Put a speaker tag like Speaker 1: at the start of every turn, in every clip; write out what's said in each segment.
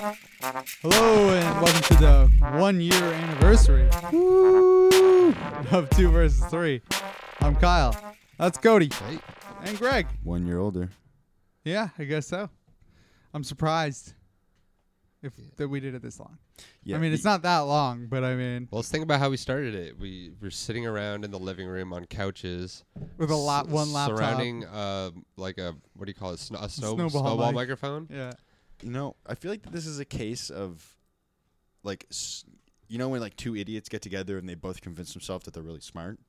Speaker 1: Hello and welcome to the one year anniversary Woo! of two versus three. I'm Kyle. That's Cody. And Greg.
Speaker 2: One year older.
Speaker 1: Yeah, I guess so. I'm surprised if that we did it this long. I mean, it's not that long, but I mean,
Speaker 3: Well, let's think about how we started it. We were sitting around in the living room on couches
Speaker 1: with a lot,
Speaker 3: s-
Speaker 1: Uh, one laptop.
Speaker 3: surrounding uh, like a what do you call it? Sno- a snow,
Speaker 1: Snowball
Speaker 3: snowball,
Speaker 1: mic.
Speaker 3: microphone.
Speaker 1: Yeah.
Speaker 2: You know, I feel like this is a case of, like, s- you know, when like two idiots get together and they both convince themselves that they're really smart.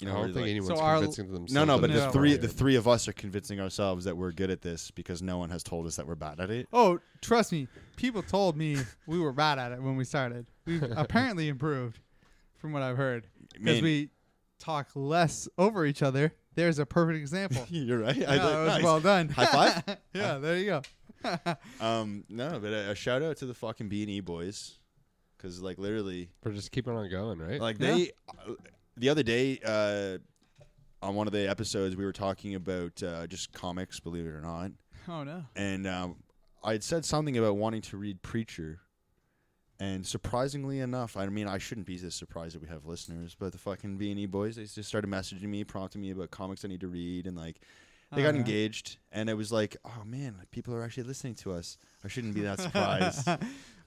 Speaker 2: You
Speaker 3: I don't
Speaker 2: know, where you're
Speaker 3: think
Speaker 2: like-
Speaker 3: anyone's
Speaker 1: So our-
Speaker 3: convincing themselves.
Speaker 2: No, no,
Speaker 3: that
Speaker 2: but
Speaker 3: they're
Speaker 2: the
Speaker 1: No.
Speaker 2: three,
Speaker 3: smart.
Speaker 2: the three of us are convincing ourselves that we're good at this because no one has told us that we're bad at it.
Speaker 1: Oh, trust me. People told me we were bad at it when we started. We've apparently improved from what I've heard because
Speaker 2: Man.
Speaker 1: we talk less over each other. There's a perfect example.
Speaker 2: You're right.
Speaker 1: Yeah, that was
Speaker 2: nice.
Speaker 1: well done.
Speaker 2: High five?
Speaker 1: yeah, there you go.
Speaker 2: um, no, but a, a shout out to the fucking B and E boys, because like literally,
Speaker 3: We're just keeping on going, right?
Speaker 2: Like
Speaker 1: Yeah.
Speaker 2: they, the other day, uh, on one of the episodes, we were talking about uh, just comics, believe it or not,
Speaker 1: Oh no.
Speaker 2: and um, I had said something about wanting to read Preacher, and surprisingly enough, I mean, I shouldn't be this surprised that we have listeners, but the fucking B and E boys, they just started messaging me, prompting me about comics I need to read, and like. They got
Speaker 1: Alright.
Speaker 2: engaged, and it was like, oh man, like, people are actually listening to us. I shouldn't be that surprised.
Speaker 1: well,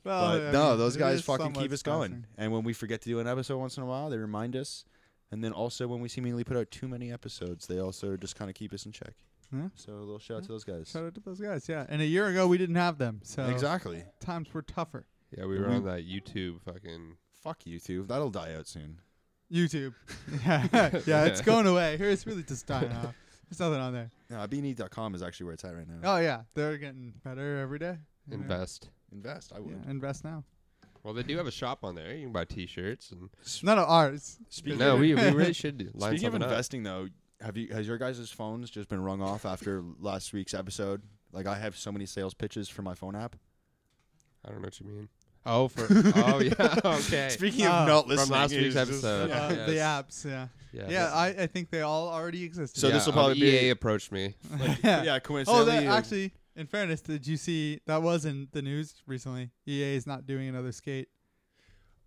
Speaker 2: But
Speaker 1: Oh, I
Speaker 2: no,
Speaker 1: mean,
Speaker 2: those
Speaker 1: it
Speaker 2: guys
Speaker 1: is
Speaker 2: fucking
Speaker 1: somewhat
Speaker 2: keep us going.
Speaker 1: surprising.
Speaker 2: And when we forget to do an episode once in a while, they remind us. And then also when we seemingly put out too many episodes, they also just kind of keep us in check.
Speaker 1: Yeah.
Speaker 2: So a little shout out to those guys.
Speaker 1: Shout out to those guys. Yeah, and a year ago we didn't have them, so
Speaker 2: Exactly.
Speaker 1: times were tougher.
Speaker 3: yeah, we were on that YouTube fucking.
Speaker 2: Fuck YouTube. That'll die out soon.
Speaker 1: YouTube. yeah, yeah, it's going away. Here it's really just dying off. There's nothing on there.
Speaker 2: No, beanie.com E is actually where it's at right now.
Speaker 1: Oh yeah, they're getting better every day. you know?
Speaker 3: Invest.
Speaker 2: Invest. I would.
Speaker 1: Yeah, invest now.
Speaker 3: Well, they do have a shop on there. You can buy T-shirts and.
Speaker 1: None of ours.
Speaker 2: Speaking,
Speaker 3: no,
Speaker 2: of,
Speaker 3: we, we really should do- line
Speaker 2: speaking of
Speaker 3: something up.
Speaker 2: investing though, have you has your guys' phones just been rung off after last week's episode? Like I have so many sales pitches for my phone app.
Speaker 3: I don't know what you mean. Oh, for oh yeah, okay.
Speaker 2: Speaking
Speaker 1: Oh,
Speaker 2: of not
Speaker 3: from
Speaker 2: listening,
Speaker 3: last
Speaker 2: it
Speaker 3: week's
Speaker 2: was just-
Speaker 3: episode.
Speaker 1: Uh, The
Speaker 3: Yes.
Speaker 1: apps. Yeah.
Speaker 3: yeah,
Speaker 1: Yeah, I, I think they all already existed.
Speaker 2: So
Speaker 3: yeah,
Speaker 2: this will
Speaker 3: um,
Speaker 2: probably be-
Speaker 3: EA approached me.
Speaker 2: yeah,
Speaker 1: Oh,
Speaker 2: coincidentally.
Speaker 1: that,
Speaker 2: uh,
Speaker 1: actually, in fairness, did you see that was in the news recently? EA is not doing another skate.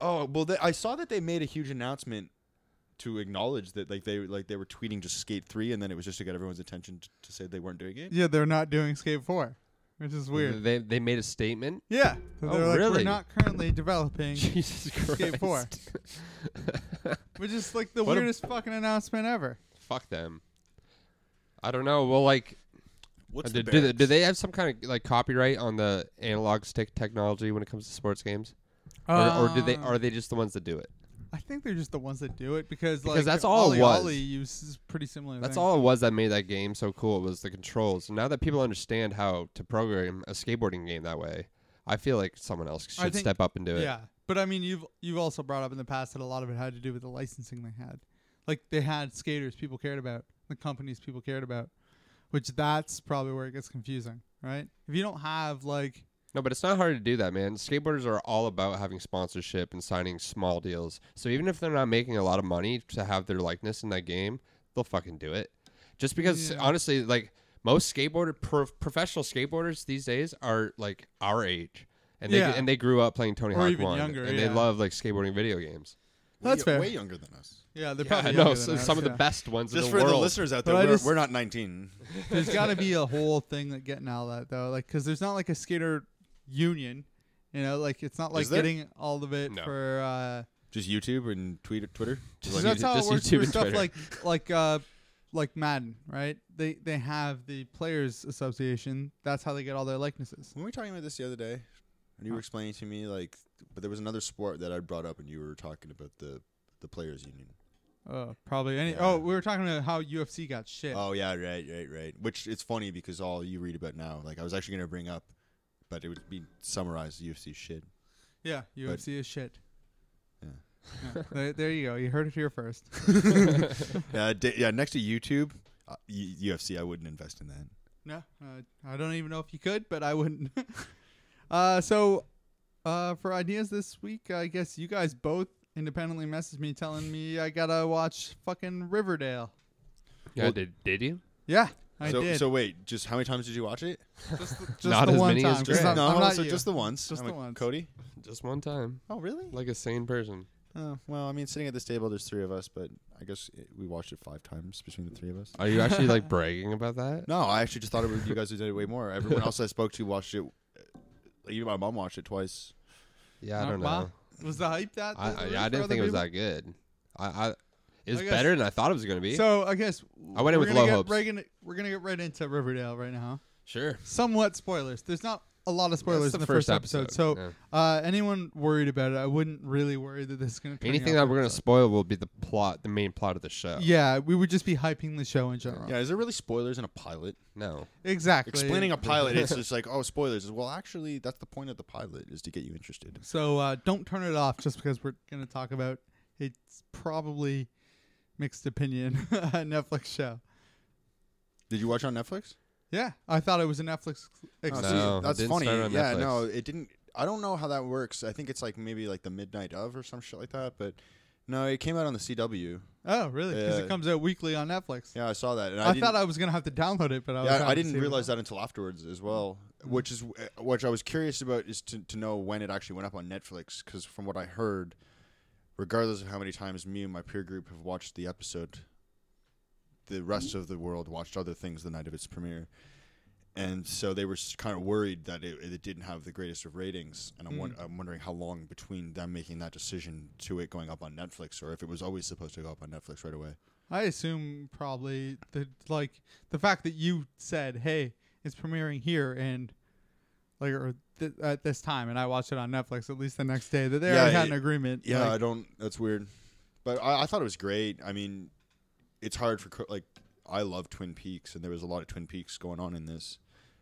Speaker 2: Oh well, they, I saw that they made a huge announcement to acknowledge that, like they like they were tweeting just Skate Three, and then it was just to get everyone's attention t- to say they weren't doing it.
Speaker 1: Yeah, they're not doing Skate 4, which is weird.
Speaker 3: They they made a statement.
Speaker 1: Yeah. So
Speaker 3: Oh,
Speaker 1: they're like, We're
Speaker 3: really?
Speaker 1: not currently developing,
Speaker 3: Jesus Christ.
Speaker 1: Skate four. which is like the
Speaker 3: What a-
Speaker 1: weirdest fucking announcement ever.
Speaker 3: Fuck them. I don't know. Well, like,
Speaker 1: Uh,
Speaker 2: What's
Speaker 3: do,
Speaker 2: the
Speaker 3: do, they,
Speaker 2: barracks?
Speaker 3: do they have some kind of like copyright on the analog stick technology when it comes to sports games, or, or do they
Speaker 1: Um,
Speaker 3: are they just the ones that do it?
Speaker 1: I think they're just the ones that do it because,
Speaker 3: Because
Speaker 1: like
Speaker 3: that's all it
Speaker 1: Ollie
Speaker 3: was.
Speaker 1: Ollie uses pretty similar.
Speaker 3: That's
Speaker 1: things.
Speaker 3: all it was that made that game so cool was the controls. Now that people understand how to program a skateboarding game that way, I feel like someone else
Speaker 1: I
Speaker 3: should
Speaker 1: think-
Speaker 3: step up and do it.
Speaker 1: Yeah, but I mean, you've you've also brought up in the past that a lot of it had to do with the licensing they had. Like they had skaters people cared about, the companies people cared about, which that's probably where it gets confusing, right? If you don't have like,
Speaker 3: No, but it's not hard to do that, man. Skateboarders are all about having sponsorship and signing small deals. So even if they're not making a lot of money to have their likeness in that game, they'll fucking do it. Just because,
Speaker 1: Yeah.
Speaker 3: honestly, like most skateboarder pro- professional skateboarders these days are like our age, and they
Speaker 1: Yeah.
Speaker 3: and they grew up playing Tony
Speaker 1: Or
Speaker 3: Hawk
Speaker 1: even
Speaker 3: 1,
Speaker 1: younger,
Speaker 3: and
Speaker 1: yeah.
Speaker 3: they love like skateboarding video games.
Speaker 1: That's
Speaker 2: way,
Speaker 1: fair.
Speaker 2: Way younger than us.
Speaker 1: yeah, they're
Speaker 3: Yeah, I
Speaker 1: probably
Speaker 3: know.
Speaker 1: younger
Speaker 3: so-
Speaker 1: than us,
Speaker 3: some of the
Speaker 1: yeah.
Speaker 3: best ones
Speaker 2: Just
Speaker 3: in
Speaker 2: for
Speaker 3: the world.
Speaker 2: the listeners out
Speaker 1: But
Speaker 2: there,
Speaker 1: I
Speaker 2: we're,
Speaker 1: just-
Speaker 2: we're not 19.
Speaker 1: There's got to be a whole thing that getting all that though, like because there's not like a skater union, you know, like it's not like
Speaker 2: there?
Speaker 1: getting all of it
Speaker 3: No.
Speaker 1: for. uh
Speaker 2: Just YouTube and tweet, Twitter.
Speaker 3: Just
Speaker 1: So
Speaker 3: like
Speaker 1: that's
Speaker 3: you-
Speaker 1: how it
Speaker 3: just
Speaker 1: works
Speaker 3: YouTube
Speaker 1: for
Speaker 3: and
Speaker 1: stuff
Speaker 3: Twitter.
Speaker 1: like like uh like Madden, right? They they have the players association. That's how they get all their likenesses.
Speaker 2: When we were talking about this the other day, and you were explaining to me like, but there was another sport that I brought up, and you were talking about the the players union.
Speaker 1: Oh, probably any.
Speaker 2: Yeah.
Speaker 1: Oh, we were talking about how UFC got shit.
Speaker 2: Oh yeah, right, right, right. Which it's funny because all you read about now, like I was actually gonna bring up, but it would be summarized UFC shit.
Speaker 1: yeah, UFC is shit.
Speaker 2: Yeah.
Speaker 1: there, there you go. You heard it here first.
Speaker 2: Yeah, Uh, da- yeah. Next to YouTube, uh, U- UFC, I wouldn't invest in that.
Speaker 1: No, uh, I don't even know if you could, but I wouldn't. uh, so, uh, for ideas this week, I guess you guys both independently messaged me telling me I gotta watch fucking Riverdale.
Speaker 3: Yeah,
Speaker 2: Well-
Speaker 3: did did you?
Speaker 1: Yeah, I
Speaker 2: so,
Speaker 1: did.
Speaker 2: so wait, just how many times did you watch it?
Speaker 1: just the, just
Speaker 3: Not
Speaker 1: the
Speaker 3: as
Speaker 1: one
Speaker 3: many as
Speaker 1: time. 'cause
Speaker 3: Grant.
Speaker 1: I'm,
Speaker 2: no,
Speaker 1: I'm not
Speaker 2: so
Speaker 1: you.
Speaker 2: just the once.
Speaker 1: Just
Speaker 2: I'm
Speaker 1: the
Speaker 2: a-
Speaker 1: once.
Speaker 2: Cody.
Speaker 3: Just one time,
Speaker 2: Oh, really?
Speaker 3: like a sane person.
Speaker 2: Oh, well, I mean, sitting at this table, there's three of us, but I guess it, we watched it five times between the three of us.
Speaker 3: Are you actually like bragging about that?
Speaker 2: No, I actually just thought it was you guys who did it way more. Everyone else I spoke to watched it. uh, Even my mom watched it twice.
Speaker 3: Yeah, I
Speaker 1: Uh,
Speaker 3: don't
Speaker 1: wow.
Speaker 3: know.
Speaker 1: Was the hype that?
Speaker 3: I
Speaker 1: that
Speaker 3: I,
Speaker 1: there
Speaker 3: yeah, I
Speaker 1: for
Speaker 3: didn't
Speaker 1: other
Speaker 3: think it was
Speaker 1: people?
Speaker 3: that good. I, I it was
Speaker 1: I guess-
Speaker 3: better than I thought it was gonna be.
Speaker 1: So I guess
Speaker 3: I went in
Speaker 1: we're
Speaker 3: with
Speaker 1: gonna
Speaker 3: low
Speaker 1: get
Speaker 3: hopes.
Speaker 1: Right gonna, we're gonna get right into Riverdale right now.
Speaker 3: sure.
Speaker 1: Somewhat spoilers. There's not a lot of spoilers
Speaker 3: the
Speaker 1: in the
Speaker 3: first
Speaker 1: first, episode.
Speaker 3: episode,
Speaker 1: So uh, anyone worried about it, I wouldn't really worry that this is gonna. turn you
Speaker 3: Anything
Speaker 1: out
Speaker 3: that
Speaker 1: for
Speaker 3: we're gonna
Speaker 1: upset.
Speaker 3: spoil will be the plot, the main plot of the show.
Speaker 1: Yeah, we would just be hyping the show in general.
Speaker 2: Oh. Yeah, is there really spoilers in a pilot?
Speaker 3: No.
Speaker 1: Exactly.
Speaker 2: Explaining a pilot, it's just like, oh, spoilers. Well, actually, that's the point of the pilot is to get you interested.
Speaker 1: So uh, don't turn it off just because we're going to talk about it's probably mixed opinion a Netflix show.
Speaker 2: Did you watch on Netflix?
Speaker 1: Yeah, I thought it was a Netflix. Ex-
Speaker 2: Oh,
Speaker 3: No,
Speaker 2: see,
Speaker 3: it
Speaker 2: that's
Speaker 3: didn't
Speaker 2: funny.
Speaker 3: start on
Speaker 2: yeah,
Speaker 3: Netflix.
Speaker 2: no, it didn't. I don't know how that works. I think it's like maybe like the midnight of or some shit like that. But no, it came out on the CW.
Speaker 1: oh, really? Because
Speaker 2: Yeah.
Speaker 1: it comes out weekly on Netflix.
Speaker 2: Yeah, I saw that. And I,
Speaker 1: I,
Speaker 2: didn't-
Speaker 1: thought I was going to have to download it, but I, was
Speaker 2: Yeah,
Speaker 1: happy to
Speaker 2: I didn't
Speaker 1: see it.
Speaker 2: realize that until afterwards as well, which is uh, which I was curious about is to, to know when it actually went up on Netflix because from what I heard, regardless of how many times me and my peer group have watched the episode, the rest of the world watched other things the night of its premiere, and so they were kind of worried that it, it didn't have the greatest of ratings, and I'm, won-
Speaker 1: Mm.
Speaker 2: I'm wondering how long between them making that decision to it going up on Netflix, or if it was always supposed to go up on Netflix right away.
Speaker 1: I assume probably the like the fact that you said, "Hey, it's premiering here," and like or th- at this time, and I watched it on Netflix. At least the next day, that they
Speaker 2: Yeah,
Speaker 1: already had an
Speaker 2: it-
Speaker 1: agreement.
Speaker 2: Yeah, I
Speaker 1: like,
Speaker 2: don't. That's weird. But I, I thought it was great. I mean, it's hard for co- like I love Twin Peaks, and there was a lot of Twin Peaks going on in this.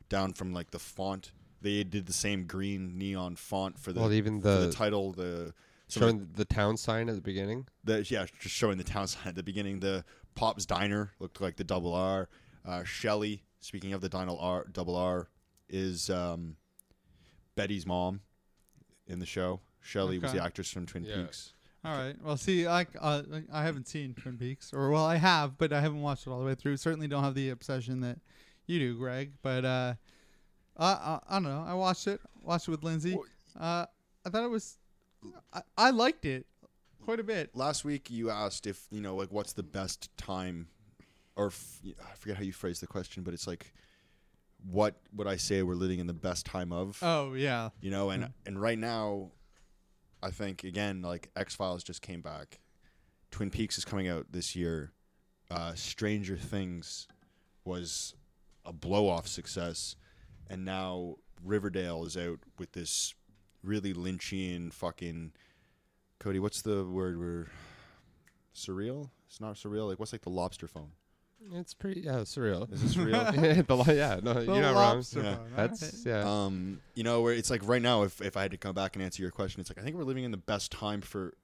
Speaker 2: Down from like the font, they did the same green neon font for the
Speaker 3: Well, even
Speaker 2: for the
Speaker 3: the-
Speaker 2: title. The so
Speaker 3: Showing the town sign at the beginning.
Speaker 2: the yeah, just showing the town sign at the beginning. The Pop's Diner looked like the double R. Uh, Shelly, speaking of the Dinal R, double R, is um, Betty's mom in the show. Shelly was
Speaker 1: Okay.
Speaker 2: the actress from Twin
Speaker 3: Yeah.
Speaker 2: Peaks.
Speaker 1: All right. Well, see, I uh, like, I haven't seen Twin Peaks, or well, I have, but I haven't watched it all the way through. Certainly don't have the obsession that you do, Greg. But uh, I I, I don't know. I watched it. Watched it with Lindsay.
Speaker 2: Well,
Speaker 1: Uh, I thought it was. I, I liked it quite a bit.
Speaker 2: last week you asked if you know like what's the best time or f- i forget how you phrased the question but it's like what would i say we're living in the best time of
Speaker 1: Oh yeah.
Speaker 2: you know and and right now i think again like x files just came back twin peaks is coming out this year uh stranger things was a blow off success and now riverdale is out with this really lynchian fucking cody what's the word we're surreal it's not surreal like what's like the lobster phone
Speaker 3: It's pretty yeah, surreal.
Speaker 2: is it surreal
Speaker 3: the, li- yeah, no,
Speaker 1: The
Speaker 3: you're not wrong.
Speaker 1: lobster
Speaker 2: Yeah.
Speaker 1: bone, all right.
Speaker 3: That's yeah.
Speaker 2: um, you know, where it's like right now, if, if I had to come back and answer your question, it's like I think we're living in the best time for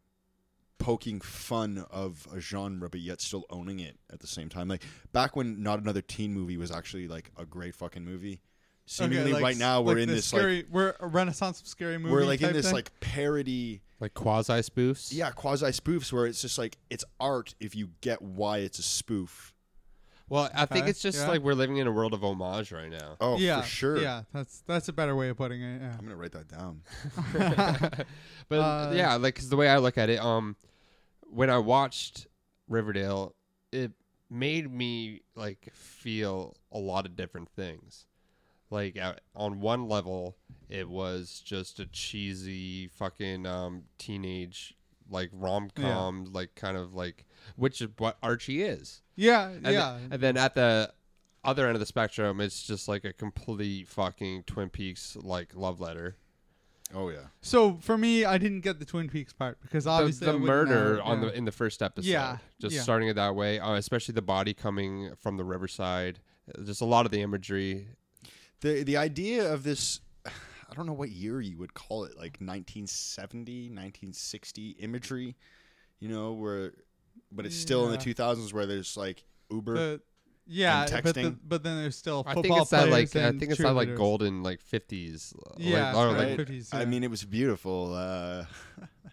Speaker 2: poking fun of a genre, but yet still owning it at the same time. Like back when not another teen movie was actually like a great fucking movie. Seemingly,
Speaker 1: like
Speaker 2: right
Speaker 1: s-
Speaker 2: now we're
Speaker 1: like
Speaker 2: in
Speaker 1: the
Speaker 2: this like
Speaker 1: scary, we're a renaissance of scary movie.
Speaker 2: we're like in
Speaker 1: type
Speaker 2: this
Speaker 1: thing.
Speaker 2: like parody,
Speaker 3: like quasi spoofs.
Speaker 2: yeah, quasi spoofs where it's just like it's art if you get why it's a spoof.
Speaker 3: Well, I think
Speaker 1: Okay,
Speaker 3: it's just
Speaker 1: yeah.
Speaker 3: like we're living in a world of homage right now.
Speaker 2: Oh,
Speaker 1: yeah,
Speaker 2: for sure.
Speaker 1: Yeah, that's that's a better way of putting it. Yeah.
Speaker 2: I'm gonna write that down.
Speaker 3: but
Speaker 1: Uh,
Speaker 3: yeah, like 'cause the way I look at it, um, when I watched Riverdale, it made me like feel a lot of different things. Like uh, on one level, it was just a cheesy fucking um, teenage like rom com like kind of like which is what Archie is.
Speaker 1: Yeah,
Speaker 3: And
Speaker 1: yeah.
Speaker 3: th- and then at the other end of the spectrum, it's just like a complete fucking Twin Peaks like love letter.
Speaker 2: Oh yeah.
Speaker 1: so for me, I didn't get the Twin Peaks part because
Speaker 3: The-
Speaker 1: obviously
Speaker 3: the,
Speaker 1: I wouldn't
Speaker 3: murder
Speaker 1: know,
Speaker 3: on
Speaker 1: yeah.
Speaker 3: the in the first episode.
Speaker 1: Yeah,
Speaker 3: just
Speaker 1: yeah.
Speaker 3: starting it that way, uh, especially the body coming from the riverside. Just a lot of the imagery.
Speaker 2: the the idea of this I I don't know what year you would call it, like 1970, 1960 imagery, you know, where, but it's still in the
Speaker 1: Yeah.
Speaker 2: 2000s where there's like Uber.
Speaker 1: The- yeah,
Speaker 2: And
Speaker 1: but the,
Speaker 2: texting.
Speaker 1: but then there's still
Speaker 3: I
Speaker 1: football
Speaker 3: think it's that
Speaker 1: players
Speaker 3: like I
Speaker 1: and
Speaker 3: think it's that like
Speaker 1: cheerleaders.
Speaker 3: golden like fifties. uh,
Speaker 1: Yeah,
Speaker 3: like, or,
Speaker 1: right.
Speaker 3: like,
Speaker 1: 50s,
Speaker 2: I
Speaker 1: yeah.
Speaker 2: mean, it was beautiful. Uh,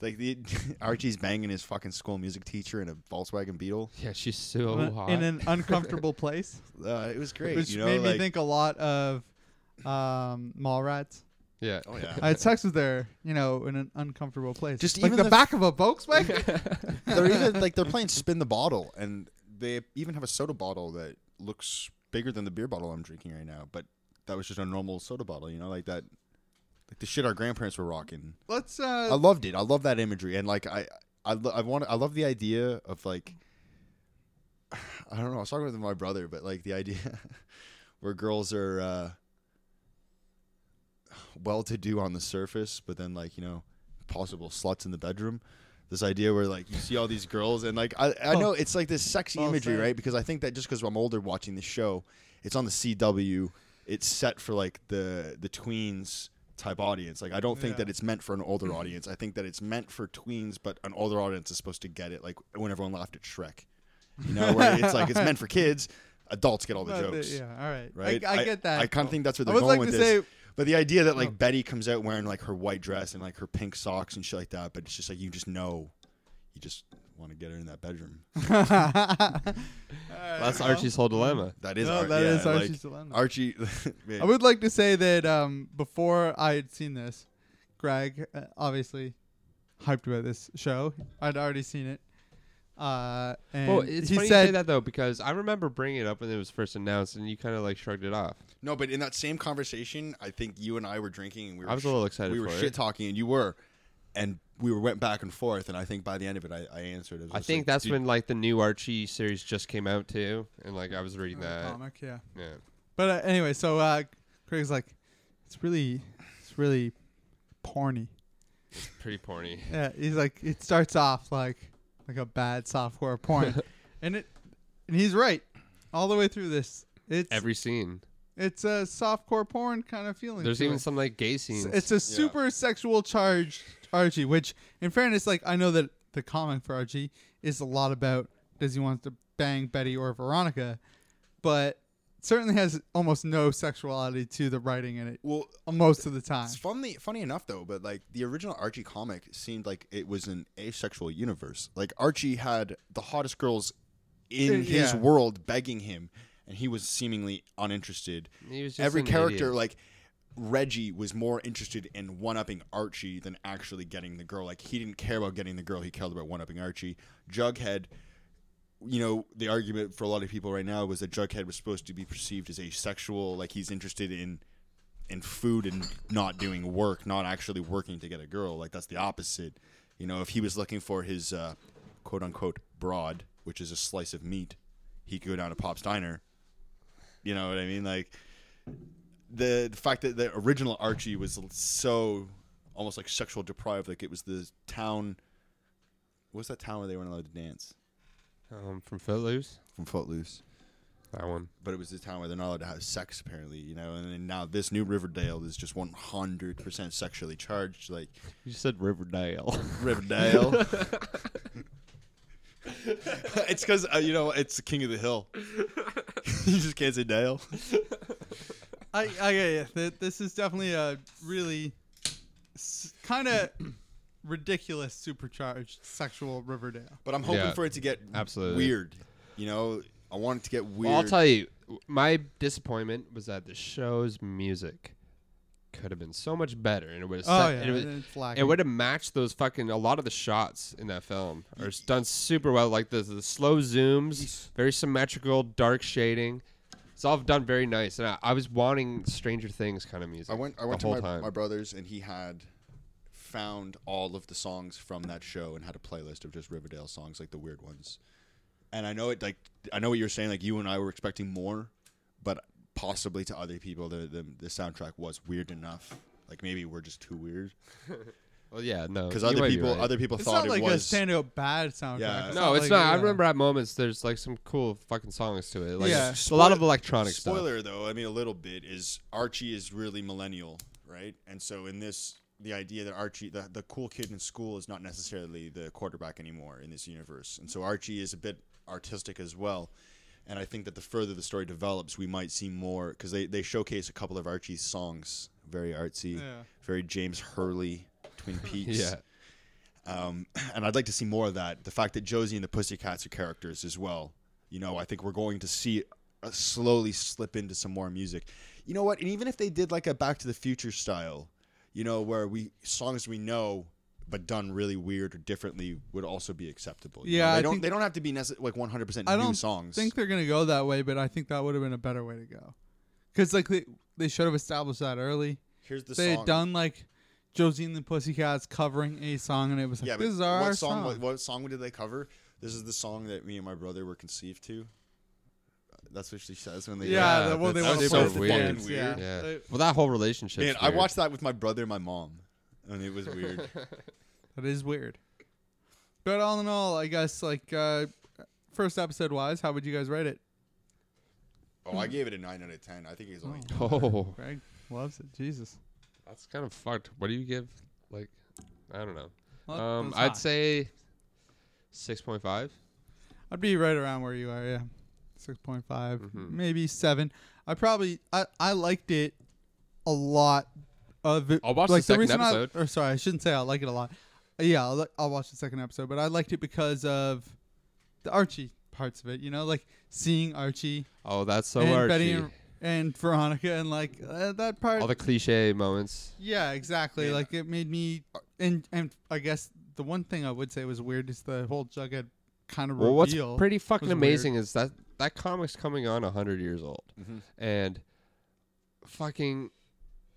Speaker 2: like the Archie's banging his fucking school music teacher in a Volkswagen Beetle.
Speaker 3: yeah, she's so
Speaker 1: In a-
Speaker 3: hot.
Speaker 1: in an uncomfortable place,
Speaker 2: Uh, it was great.
Speaker 1: which
Speaker 2: you know,
Speaker 1: made me
Speaker 2: like-
Speaker 1: think a lot of um, Mallrats.
Speaker 3: yeah,
Speaker 2: Oh yeah.
Speaker 1: I had sex with her, you know, in an uncomfortable place.
Speaker 2: Just
Speaker 1: like
Speaker 2: even
Speaker 1: the,
Speaker 2: the-
Speaker 1: back of a Volkswagen.
Speaker 2: they're even like they're playing spin the bottle, and they even have a soda bottle that looks bigger than the beer bottle I'm drinking right now. But that was just a normal soda bottle, you know, like that, like the shit our grandparents were rocking.
Speaker 1: Let's.
Speaker 2: I
Speaker 1: Uh,
Speaker 2: loved it. I love that imagery, and like I, I, lo- I want. I love the idea of like, I don't know. I was talking with my brother, but like the idea where girls are uh, well-to-do on the surface, but then like you know, possible sluts in the bedroom. This idea where like you see all these girls, and like I, I know it's like this sexy
Speaker 1: Well
Speaker 2: imagery,
Speaker 1: said.
Speaker 2: right? Because I think that just because I'm older watching the show, it's on the CW. It's set for like the the tweens type audience. Like I don't think
Speaker 1: Yeah.
Speaker 2: that it's meant for an older audience. I think that it's meant for tweens, but an older audience is supposed to get it. Like when everyone laughed at Shrek, you know, where it's like it's meant for kids. Adults get all the
Speaker 1: uh,
Speaker 2: jokes,
Speaker 1: yeah. All right.
Speaker 2: right?
Speaker 1: I, I get that.
Speaker 2: I kind of think that's where
Speaker 1: I
Speaker 2: they're
Speaker 1: would
Speaker 2: going
Speaker 1: like
Speaker 2: with
Speaker 1: to
Speaker 2: this.
Speaker 1: say-
Speaker 2: but the idea that like
Speaker 1: Oh.
Speaker 2: Betty comes out wearing like her white dress and like her pink socks and shit like that, but it's just like you just know, you just want to get her in that bedroom.
Speaker 3: that's Archie's whole dilemma.
Speaker 2: That is
Speaker 1: No,
Speaker 2: Ar-
Speaker 1: that
Speaker 2: yeah,
Speaker 1: is
Speaker 2: like,
Speaker 1: Archie's dilemma.
Speaker 2: Archie, man,
Speaker 1: I would like to say that um, before I had seen this, Greg uh, obviously hyped about this show. I'd already seen it. Uh, and
Speaker 3: Well, it's
Speaker 1: he
Speaker 3: funny you say
Speaker 1: said,
Speaker 3: that though because I remember bringing it up when it was first announced, and you kind of like shrugged it off.
Speaker 2: No, but in that same conversation, I think you and I were drinking and we were
Speaker 3: I was a little
Speaker 2: sh-
Speaker 3: excited
Speaker 2: We were
Speaker 3: for it.
Speaker 2: shit talking and you were and we were went back and forth and I think by the end of it I, I answered it.
Speaker 3: I think that's when like the new Archie series just came out too, and like I was reading that.
Speaker 1: comic, yeah.
Speaker 3: Yeah.
Speaker 1: But uh, anyway, so uh, Craig's like, it's really, it's really porny.
Speaker 3: pretty porny.
Speaker 1: Yeah, he's like, it starts off like like a bad softcore porn, and it, and he's right, all the way through this. It's
Speaker 3: Every scene.
Speaker 1: it's a softcore porn kind of feeling.
Speaker 3: There's
Speaker 1: to
Speaker 3: even
Speaker 1: it.
Speaker 3: some like gay scenes.
Speaker 1: It's- It's a super sexual charged Archie, which, in fairness, like I know that the comic for Archie is a lot about does he want to bang Betty or Veronica, but certainly has almost no sexuality to the writing in it
Speaker 2: well
Speaker 1: most of the time.
Speaker 2: it's funny funny enough though, but like the original Archie comic seemed like it was an asexual universe. Like Archie had the hottest girls in
Speaker 1: Uh,
Speaker 2: his
Speaker 1: yeah.
Speaker 2: world begging him and he was seemingly uninterested.
Speaker 3: He was just
Speaker 2: Every
Speaker 3: an
Speaker 2: character
Speaker 3: idiot.
Speaker 2: like Reggie was more interested in one upping Archie than actually getting the girl. Like he didn't care about getting the girl; he cared about one upping Archie. Jughead, you know, the argument for a lot of people right now was that Jughead was supposed to be perceived as asexual, like he's interested in in food and not doing work, not actually working to get a girl. Like that's the opposite. You know, if he was looking for his uh, quote unquote broad, which is a slice of meat, he could go down to Pop's Diner. You know what I mean? Like the, the fact that the original Archie was so almost like sexual deprived, like it was the town. What's that town where they weren't allowed to dance
Speaker 3: um, from Footloose.
Speaker 2: from Footloose?
Speaker 3: That one.
Speaker 2: But it was the town where they're not allowed to have sex, apparently, you know. And then now this new Riverdale is just one hundred percent sexually charged, like
Speaker 3: You said Riverdale.
Speaker 2: Riverdale. it's because uh, you know it's the King of the Hill. you just can't say Dale.
Speaker 1: I, I get you. Th- This is definitely a really s- kind of ridiculous, supercharged sexual Riverdale.
Speaker 2: But I'm hoping
Speaker 3: Yeah,
Speaker 2: for it to get
Speaker 3: absolutely.
Speaker 2: weird. You know, I want it to get weird.
Speaker 3: well, I'll tell you, my disappointment was that the show's music could have been so much better, and it would have.
Speaker 1: Oh, yeah,
Speaker 3: it would,
Speaker 1: it's lacking.
Speaker 3: it would have matched those fucking a lot of the shots in that film are s- done super well. Like the, the slow zooms, very symmetrical, dark shading. It's all done very nice, and I, I was wanting Stranger Things kind of music.
Speaker 2: I went. I went
Speaker 3: the
Speaker 2: to
Speaker 3: whole
Speaker 2: my,
Speaker 3: time.
Speaker 2: my brother's, and he had found all of the songs from that show and had a playlist of just Riverdale songs, like the weird ones. And I know it. Like I know what you're saying. Like you and I were expecting more, but possibly to other people, the the, the soundtrack was weird enough. Like maybe we're just too weird
Speaker 3: well, yeah, no,
Speaker 2: because
Speaker 3: you
Speaker 2: other
Speaker 3: might be
Speaker 2: people
Speaker 3: right.
Speaker 2: other people
Speaker 1: It's not
Speaker 2: thought it
Speaker 1: like a
Speaker 2: was.
Speaker 1: standout bad soundtrack.
Speaker 2: Yeah.
Speaker 3: No, it's
Speaker 1: like, uh,
Speaker 3: not. I
Speaker 1: yeah.
Speaker 3: remember at moments there's like some cool fucking songs to it. Like
Speaker 1: Yeah.
Speaker 3: it's a lot of electronic
Speaker 2: Spoiler though, I mean a little bit is Archie is really millennial, right? And so in this, the idea that Archie, the, the cool kid in school, is not necessarily the quarterback anymore in this universe. And so Archie is a bit artistic as well. And I think that the further the story develops, we might see more because they, they showcase a couple of Archie's songs, very artsy,
Speaker 1: Yeah.
Speaker 2: very James Hurley, Twin Peaks.
Speaker 3: Yeah.
Speaker 2: Um, and I'd like to see more of that. The fact that Josie and the Pussycats are characters as well. You know, I think we're going to see uh, slowly slip into some more music. You know what? And even if they did like a Back to the Future style, you know, where we songs we know but done really weird or differently would also be acceptable. you know?
Speaker 1: Yeah,
Speaker 2: they
Speaker 1: I
Speaker 2: don't
Speaker 1: think-
Speaker 2: they don't have to be necess- like 100%
Speaker 1: I
Speaker 2: new
Speaker 1: don't
Speaker 2: songs.
Speaker 1: think they're gonna go that way, but I think that would have been a better way to go. Because like they, they should have established that early.
Speaker 2: Here's the
Speaker 1: they
Speaker 2: song.
Speaker 1: had done like Josie and the Pussycats covering a song, and it was like
Speaker 2: yeah, but
Speaker 1: this is our
Speaker 2: what
Speaker 1: song.
Speaker 2: song, What, what song did they cover? This is the song that me and my brother were conceived to. That's what she says when they
Speaker 1: yeah,
Speaker 3: Yeah,
Speaker 1: the one they
Speaker 3: that's
Speaker 1: want to
Speaker 3: so
Speaker 1: play with the
Speaker 3: weird.
Speaker 1: dance,
Speaker 2: Fucking
Speaker 1: Yeah.
Speaker 2: weird.
Speaker 3: Yeah.
Speaker 1: They-
Speaker 3: Well, that whole relationship.
Speaker 2: Man, I watched that with my brother and my mom, and it was weird.
Speaker 1: That is weird. But all in all, I guess like uh first episode wise, how would you guys rate it?
Speaker 2: oh, I gave it a nine out of ten. I think it was only.
Speaker 3: Oh,
Speaker 1: Greg loves it. Jesus.
Speaker 3: that's kind of fucked. What do you give? Like, I don't know.
Speaker 1: Well,
Speaker 3: um,
Speaker 1: it's
Speaker 3: I'd
Speaker 1: high.
Speaker 3: say six point five.
Speaker 1: I'd be right around where you are, yeah. Six point five,
Speaker 3: Mhm.
Speaker 1: maybe seven. I probably I, I liked it a lot. Of it,
Speaker 3: I'll watch the
Speaker 1: like
Speaker 3: second
Speaker 1: reason I-
Speaker 3: episode.
Speaker 1: or sorry, I shouldn't say I like it a lot. Yeah, I'll, li- I'll watch the second episode, but I liked it because of the Archie parts of it. You know, like seeing Archie
Speaker 3: Oh, that's so
Speaker 1: and
Speaker 3: Archie.
Speaker 1: Betty and, and Veronica, and like uh, that part.
Speaker 3: All the cliche moments.
Speaker 1: Yeah, exactly.
Speaker 2: Yeah.
Speaker 1: Like it made me, and and I guess the one thing I would say was weird is the whole Jughead kind of
Speaker 3: Well, what's
Speaker 1: reveal.
Speaker 3: pretty fucking
Speaker 1: was weird.
Speaker 3: amazing is that that comic's coming on hundred years old,
Speaker 1: Mm-hmm.
Speaker 3: and fucking,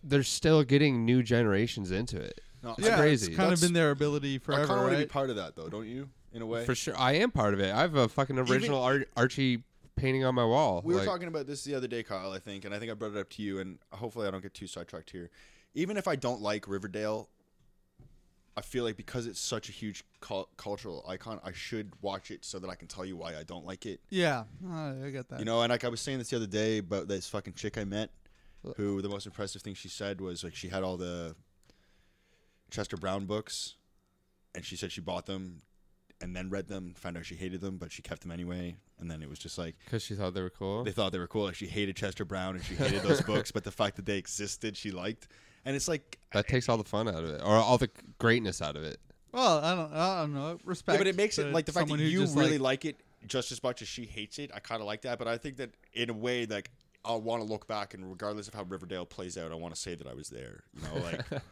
Speaker 3: they're still getting new generations into it.
Speaker 2: No,
Speaker 3: Yeah, crazy.
Speaker 1: It's kind
Speaker 2: That's-
Speaker 1: of been their ability
Speaker 2: I kind
Speaker 1: forever,
Speaker 2: of want to be
Speaker 1: right?
Speaker 2: part of that though, don't you? In a way.
Speaker 3: For sure, I am part of it. I have a fucking original Ar- Archie painting on my wall.
Speaker 2: we were
Speaker 3: Like,
Speaker 2: talking about this the other day, Kyle. I think, and I think I brought it up to you. And hopefully, I don't get too sidetracked here. Even if I don't like Riverdale, I feel like because it's such a huge cul- cultural icon, I should watch it so that I can tell you why I don't like it.
Speaker 1: yeah, uh, I get that.
Speaker 2: You know, and like I was saying this the other day about this fucking chick I met, who the most impressive thing she said was like she had all the Chester Brown books, and she said she bought them, and then read them, found out she hated them, but she kept them anyway, and then it was just like
Speaker 3: Because she thought they were cool.
Speaker 2: they thought they were cool. Like she hated Chester Brown and she hated those books, but the fact that they existed, she liked, and it's like.
Speaker 3: that takes all the fun out of it, or all the greatness out of it.
Speaker 1: well, I don't, I don't know. Respect,
Speaker 2: Yeah, but it makes it
Speaker 1: to
Speaker 2: like the fact that
Speaker 1: someone who
Speaker 2: you
Speaker 1: just,
Speaker 2: really
Speaker 1: like,
Speaker 2: like, it just as much as she hates it. I kind of like that, but I think that in a way, like I'll want to look back and regardless of how Riverdale plays out, I want to say that I was there. You know, like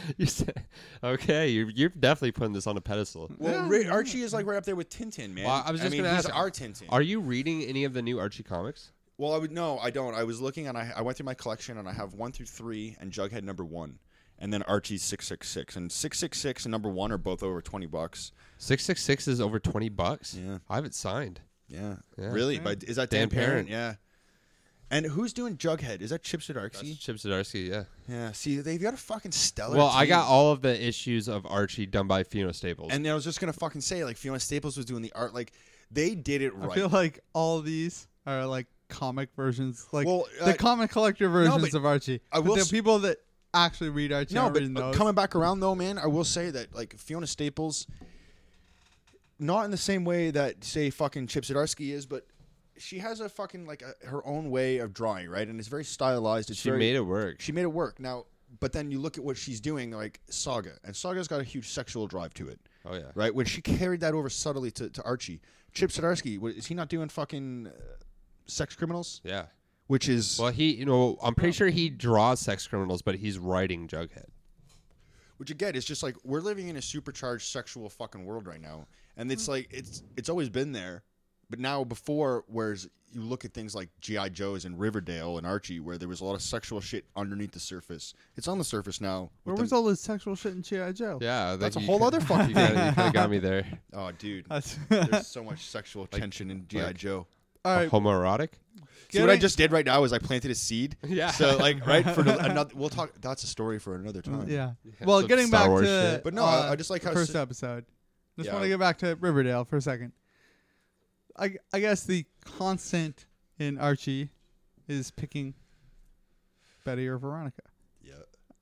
Speaker 3: you said, okay, you're, you're definitely putting this on a pedestal.
Speaker 2: well, Ri- Archie is like right up there with Tintin, man.
Speaker 3: Well, I was just
Speaker 2: mean,
Speaker 3: gonna
Speaker 2: he's
Speaker 3: ask,
Speaker 2: our Tintin.
Speaker 3: Are you reading any of the new Archie comics?
Speaker 2: well, I would no, I don't. I was looking and I, I went through my collection and I have one through three and Jughead number one. And then Archie's six six six and six six six and number one are both over twenty bucks.
Speaker 3: Six six six is over twenty bucks.
Speaker 2: Yeah.
Speaker 3: I haven't signed.
Speaker 2: Yeah.
Speaker 3: Yeah.
Speaker 2: Really? By, is that
Speaker 3: Dan
Speaker 2: Dan,
Speaker 3: Parent.
Speaker 2: Parent? Yeah. And wwho's doing Jughead? Is that Chip
Speaker 3: That's
Speaker 2: Zdarsky?
Speaker 3: Chip Zdarsky, yeah.
Speaker 2: Yeah. See, they've got a fucking stellar.
Speaker 3: Well, I
Speaker 2: team.
Speaker 3: got all of the issues of Archie done by Fiona Staples.
Speaker 2: And I was just gonna fucking say, like Fiona Staples was doing the art. Like they did it
Speaker 1: I
Speaker 2: right.
Speaker 1: feel like all these are like comic versions, like
Speaker 2: Well, uh,
Speaker 1: the comic collector versions
Speaker 2: but
Speaker 1: of Archie.
Speaker 2: I
Speaker 1: But
Speaker 2: will
Speaker 1: the
Speaker 2: s-
Speaker 1: people that actually read Archie.
Speaker 2: no,
Speaker 1: aren't
Speaker 2: but
Speaker 1: reading
Speaker 2: uh,
Speaker 1: those.
Speaker 2: coming back around though, man, I will say that like Fiona Staples, not in the same way that say fucking Chip Zdarsky is, but she has a fucking like a, her own way of drawing, right? And it's very stylized. It's
Speaker 3: she
Speaker 2: very,
Speaker 3: made it work.
Speaker 2: she made it work now but then you look at what she's doing like saga and saga's got a huge sexual drive to it
Speaker 3: Oh, yeah.
Speaker 2: right when she carried that over subtly to, to archie chip Zdarsky, wa- is he not doing fucking uh, sex criminals
Speaker 3: Yeah.
Speaker 2: which is
Speaker 3: Well, he, you know, I'm pretty sure he draws sex criminals, but he's writing Jughead.
Speaker 2: which again is just like we're living in a supercharged sexual fucking world right now and
Speaker 1: Mm.
Speaker 2: it's like it's it's always been there but now before whereas you look at things like gi joes and riverdale and archie where there was a lot of sexual shit underneath the surface it's on the surface now
Speaker 1: Where
Speaker 2: with
Speaker 1: was
Speaker 2: them-
Speaker 1: all this sexual shit in G.I. Joe?
Speaker 3: Yeah, I
Speaker 2: That's
Speaker 3: think
Speaker 2: a
Speaker 3: you
Speaker 2: whole
Speaker 3: kinda-
Speaker 2: other fucking
Speaker 3: you kinda- you kinda got me there.
Speaker 2: oh dude
Speaker 1: That's-
Speaker 2: There's so much sexual tension in GI
Speaker 3: like-
Speaker 2: Joe.
Speaker 1: all right.
Speaker 3: Homoerotic?
Speaker 2: See what I
Speaker 1: Getting-
Speaker 2: just did right now is I planted a seed.
Speaker 3: Yeah.
Speaker 2: So like right for another, we'll talk. That's a story for another time.
Speaker 1: Yeah. Well,
Speaker 3: some
Speaker 1: getting
Speaker 3: Star
Speaker 1: back
Speaker 3: Wars
Speaker 1: to uh,
Speaker 3: shit.
Speaker 2: But no, I- I just like
Speaker 1: the
Speaker 2: how
Speaker 1: first
Speaker 2: si-
Speaker 1: episode. Just
Speaker 2: Yeah.
Speaker 1: want to get back to Riverdale for a second. I I guess the constant in Archie is picking Betty or Veronica.
Speaker 2: Yeah.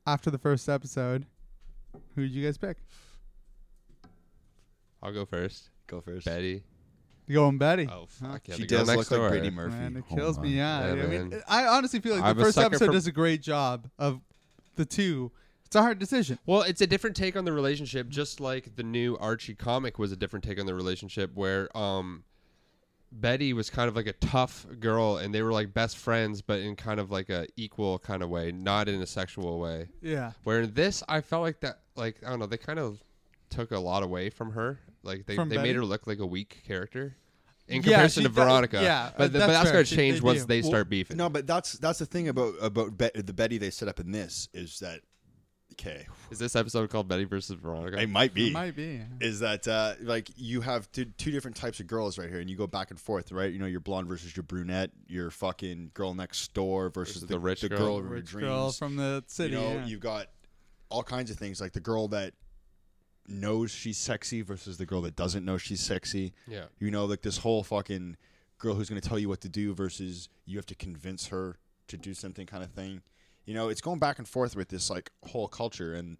Speaker 1: after the first episode, who did you guys pick?
Speaker 3: I'll go first.
Speaker 2: Go first.
Speaker 3: Betty.
Speaker 1: You going Betty?
Speaker 3: Oh fuck yeah,
Speaker 2: she
Speaker 3: the girl
Speaker 2: does
Speaker 3: next
Speaker 2: look like
Speaker 3: door.
Speaker 2: Brittany Murphy.
Speaker 1: Man, it
Speaker 2: Oh
Speaker 1: kills me.
Speaker 2: my.
Speaker 1: Yeah,
Speaker 3: Yeah,
Speaker 1: I mean,
Speaker 3: man.
Speaker 1: I honestly feel like
Speaker 3: I'm
Speaker 1: the
Speaker 3: a
Speaker 1: first
Speaker 3: sucker
Speaker 1: episode
Speaker 3: for-
Speaker 1: does a great job of the two. It's a hard decision.
Speaker 3: Well, it's a different take on the relationship, just like the new Archie comic was a different take on the relationship, where um, Betty was kind of like a tough girl, and they were like best friends, but in kind of like a equal kind of way, not in a sexual way.
Speaker 1: Yeah,
Speaker 3: Where in this, I felt like that, like I don't know, they kind of took a lot away from her. Like they,
Speaker 1: From
Speaker 3: they
Speaker 1: Betty?
Speaker 3: made her look like a weak character in
Speaker 1: Yeah,
Speaker 3: comparison
Speaker 1: she-
Speaker 3: to
Speaker 1: that-
Speaker 3: Veronica.
Speaker 1: yeah, uh,
Speaker 3: but, the, but
Speaker 1: that's
Speaker 3: that's
Speaker 1: fair.
Speaker 3: gonna
Speaker 1: She-
Speaker 3: change
Speaker 1: they
Speaker 3: once
Speaker 1: do.
Speaker 3: they
Speaker 2: Well,
Speaker 3: start beefing.
Speaker 2: No, but that's that's the thing about about Bet the Betty they set up in this is that okay,
Speaker 3: Is this episode called Betty versus Veronica?
Speaker 2: it might be.
Speaker 1: it might be.
Speaker 2: is that uh, like you have two, two different types of girls right here, and you go back and forth, right? You know, your blonde versus your brunette, your fucking girl next door versus,
Speaker 3: Versus
Speaker 2: the,
Speaker 3: the rich
Speaker 2: the
Speaker 3: girl.
Speaker 2: girl, of your
Speaker 1: Rich
Speaker 2: dreams.
Speaker 1: girl from the
Speaker 2: you
Speaker 1: city.
Speaker 2: know,
Speaker 1: yeah.
Speaker 2: you've got all kinds of things like the girl that knows she's sexy versus the girl that doesn't know she's sexy.
Speaker 3: yeah.
Speaker 2: You know, like this whole fucking girl who's going to tell you what to do versus you have to convince her to do something kind of thing. You know, it's going back and forth with this like whole culture and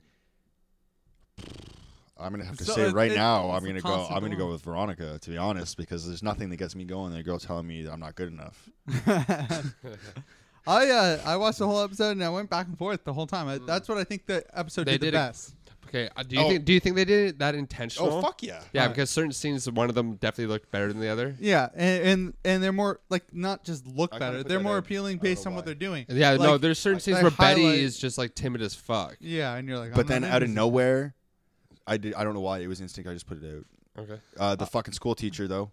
Speaker 2: I'm going to have to
Speaker 1: So
Speaker 2: say
Speaker 1: it-
Speaker 2: right
Speaker 1: it-
Speaker 2: now
Speaker 1: it's a
Speaker 2: I'm going to go
Speaker 1: constant
Speaker 2: I'm going to go
Speaker 1: dilemma.
Speaker 2: with Veronica to be honest because there's nothing that gets me going than a girl telling me that I'm not good enough.
Speaker 1: I uh, I watched the whole episode and I went back and forth the whole time. I, that's what I think the episode
Speaker 3: They
Speaker 1: did,
Speaker 3: did
Speaker 1: the
Speaker 3: a-
Speaker 1: best.
Speaker 3: Okay. uh, do you
Speaker 2: Oh.
Speaker 3: think do you think they did it that intentional?
Speaker 2: Oh fuck yeah.
Speaker 3: Yeah,
Speaker 1: Right.
Speaker 3: because certain scenes, one of them definitely looked better than the other.
Speaker 1: yeah, and, and and they're more like not just look
Speaker 2: I kinda
Speaker 1: better;
Speaker 2: put
Speaker 1: they're
Speaker 2: that
Speaker 1: more
Speaker 2: in. I
Speaker 1: appealing
Speaker 2: don't know
Speaker 1: based on what
Speaker 2: why.
Speaker 1: they're doing.
Speaker 3: Yeah, no,
Speaker 1: Like,
Speaker 3: there's certain scenes
Speaker 1: they
Speaker 3: where
Speaker 1: highlight-
Speaker 3: Betty is just like timid as fuck.
Speaker 1: Yeah, and you're like,
Speaker 2: But
Speaker 1: I'm not
Speaker 2: then out of
Speaker 1: interested.
Speaker 2: nowhere I did I don't know why it was instinct I just put it out.
Speaker 3: Okay.
Speaker 2: Uh, the fucking school teacher though.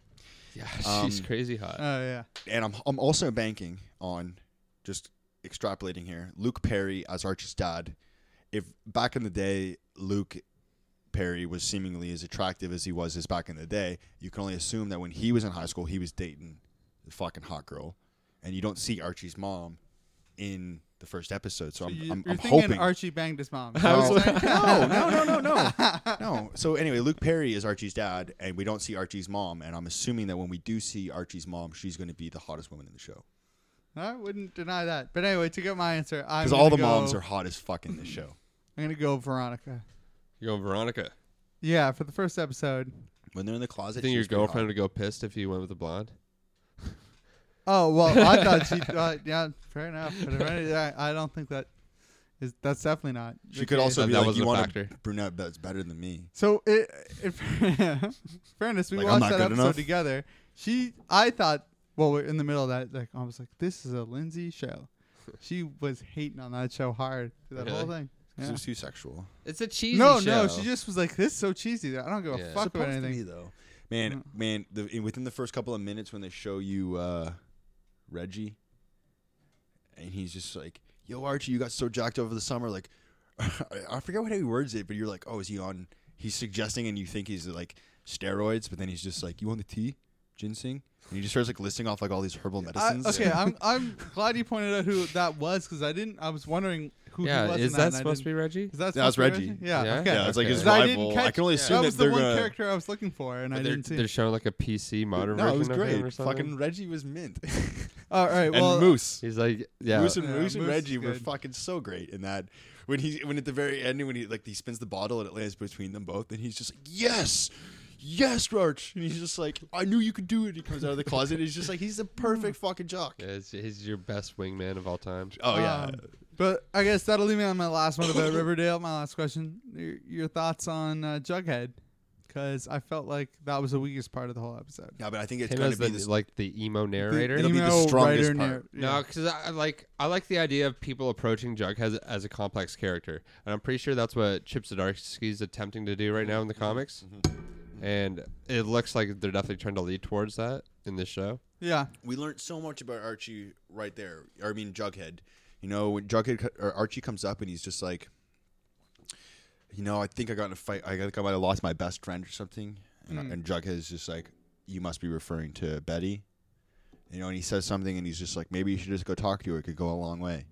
Speaker 3: Yeah,
Speaker 2: Um,
Speaker 3: she's crazy hot.
Speaker 1: Oh yeah,
Speaker 2: and I'm I'm also banking on just extrapolating here. Luke Perry as Archie's dad. If back in the day Luke Perry was seemingly as attractive as he was as back in the day, you can only assume that when he was in high school he was dating the fucking hot girl, and you don't see Archie's mom in the first episode. So, I'm
Speaker 1: you,
Speaker 2: I'm,
Speaker 1: are
Speaker 2: I'm
Speaker 1: thinking
Speaker 2: hoping.
Speaker 1: Archie banged his mom.
Speaker 3: I was
Speaker 2: no,
Speaker 3: like-
Speaker 2: no, no, no, no, no, Oh. no. So anyway, Luke Perry is Archie's dad, and we don't see Archie's mom. And I'm assuming that when we do see Archie's mom, she's going to be the hottest woman in the show.
Speaker 1: I wouldn't deny that. But anyway, to get my answer, I'm
Speaker 2: Because all
Speaker 1: gonna
Speaker 2: the moms
Speaker 1: go-
Speaker 2: are hot as fuck in this show.
Speaker 1: I'm gonna go Veronica.
Speaker 3: You go Veronica.
Speaker 1: Yeah, for the first episode.
Speaker 2: When they're in the closet,
Speaker 3: You think your
Speaker 2: she's pretty
Speaker 3: girlfriend would go pissed if you went with a blonde?
Speaker 1: Oh well, I thought she. Uh, yeah, fair enough. But if any- I, I don't think that is. That's definitely not.
Speaker 2: hot.
Speaker 1: the
Speaker 2: She could
Speaker 1: case.
Speaker 2: also
Speaker 3: That-
Speaker 2: be
Speaker 3: that
Speaker 2: like,
Speaker 3: was
Speaker 2: "You
Speaker 3: a
Speaker 2: want a
Speaker 3: factor.
Speaker 2: brunette that's better than me."
Speaker 1: So it, in fairness, we
Speaker 2: Like, I'm
Speaker 1: watched
Speaker 2: not
Speaker 1: that
Speaker 2: good
Speaker 1: episode
Speaker 2: enough?
Speaker 1: together. She, I thought, well, we're in the middle of that. Like, I was like, this is a Lindsay show. She was hating on that show hard through that whole
Speaker 3: Really?
Speaker 1: thing.
Speaker 2: 'Cause
Speaker 1: Yeah.
Speaker 2: It was too sexual.
Speaker 3: It's a cheesy
Speaker 1: No, no, she just was like, this is so cheesy. that I don't give a
Speaker 3: Yeah.
Speaker 1: fuck about
Speaker 2: Supposed to be,
Speaker 1: anything.
Speaker 2: though. Man, man, the, in- within the first couple of minutes when they show you uh, Reggie, and he's just like, "Yo, Archie, you got so jacked over the summer." Like, I forget what he words it, but you're like, "Oh, is he on?" He's suggesting, and you think he's like steroids, but then he's just like, "You want the tea, ginseng?" And he just starts like listing off like all these herbal
Speaker 1: I,
Speaker 2: medicines.
Speaker 1: okay, I'm I'm glad you pointed out who that was because I didn't. I was wondering who he
Speaker 3: yeah,
Speaker 1: was.
Speaker 3: is
Speaker 1: in that,
Speaker 3: that
Speaker 1: and I
Speaker 3: supposed to
Speaker 1: didn't-
Speaker 3: be Reggie?
Speaker 1: Is that
Speaker 2: That was
Speaker 1: supposed to be
Speaker 2: Reggie.
Speaker 1: Yeah.
Speaker 3: Yeah?
Speaker 1: Okay.
Speaker 2: Yeah, it's like his
Speaker 3: Okay.
Speaker 1: I didn't
Speaker 2: rival.
Speaker 1: catch-
Speaker 2: I can only assume
Speaker 1: That was
Speaker 2: that
Speaker 1: the
Speaker 2: they're
Speaker 1: one
Speaker 2: gonna.
Speaker 1: character I was looking for, and I
Speaker 3: They're,
Speaker 1: didn't see.
Speaker 3: they're showing like a PC modern
Speaker 2: no, it was
Speaker 3: version of him or
Speaker 2: great.
Speaker 3: something.
Speaker 2: Fucking Reggie was mint.
Speaker 1: All right.
Speaker 2: and
Speaker 1: Well,
Speaker 2: Moose.
Speaker 3: He's like, yeah,
Speaker 2: Moose and,
Speaker 1: Yeah,
Speaker 2: Moose and
Speaker 1: Moose is
Speaker 2: Reggie were
Speaker 1: good.
Speaker 2: fucking so great in that. When he when at the very end when he like he spins the bottle and it lands between them both and he's just like yes, yes, Roach and he's just like I knew you could do it. He comes out of the closet. and He's just like he's the perfect
Speaker 1: Hmm.
Speaker 2: fucking jock.
Speaker 3: Yeah, it's- he's your best wingman of all time.
Speaker 2: Oh yeah,
Speaker 1: Um, but I guess that'll leave me on my last one about Riverdale. My last question: your, your thoughts on uh, Jughead? Because I felt like that was the weakest part of the whole episode.
Speaker 2: yeah, but I think it's
Speaker 3: Him
Speaker 2: gonna
Speaker 3: as
Speaker 2: be
Speaker 3: the,
Speaker 2: this.
Speaker 3: like the emo narrator.
Speaker 2: it'll be the
Speaker 1: emo
Speaker 2: strongest
Speaker 1: writer
Speaker 2: part.
Speaker 1: narr-
Speaker 3: No, because I like I like the idea of people approaching Jughead as, as a complex character, and I'm pretty sure that's what Chip Zdarsky's attempting to do right
Speaker 2: Mm-hmm.
Speaker 3: now in the comics, and it looks like they're definitely trying to lead towards that in this show.
Speaker 1: yeah,
Speaker 2: we learned so much about Archie right there. Or, I mean, Jughead. You know, when Jughead co- or Archie comes up and he's just like, you know, I think I got in a fight. I think I might have lost my best friend or something. And, and Jughead is just like, you must be referring to Betty. You know, and he says something and he's just like, maybe you should just go talk to her. It could go a long way.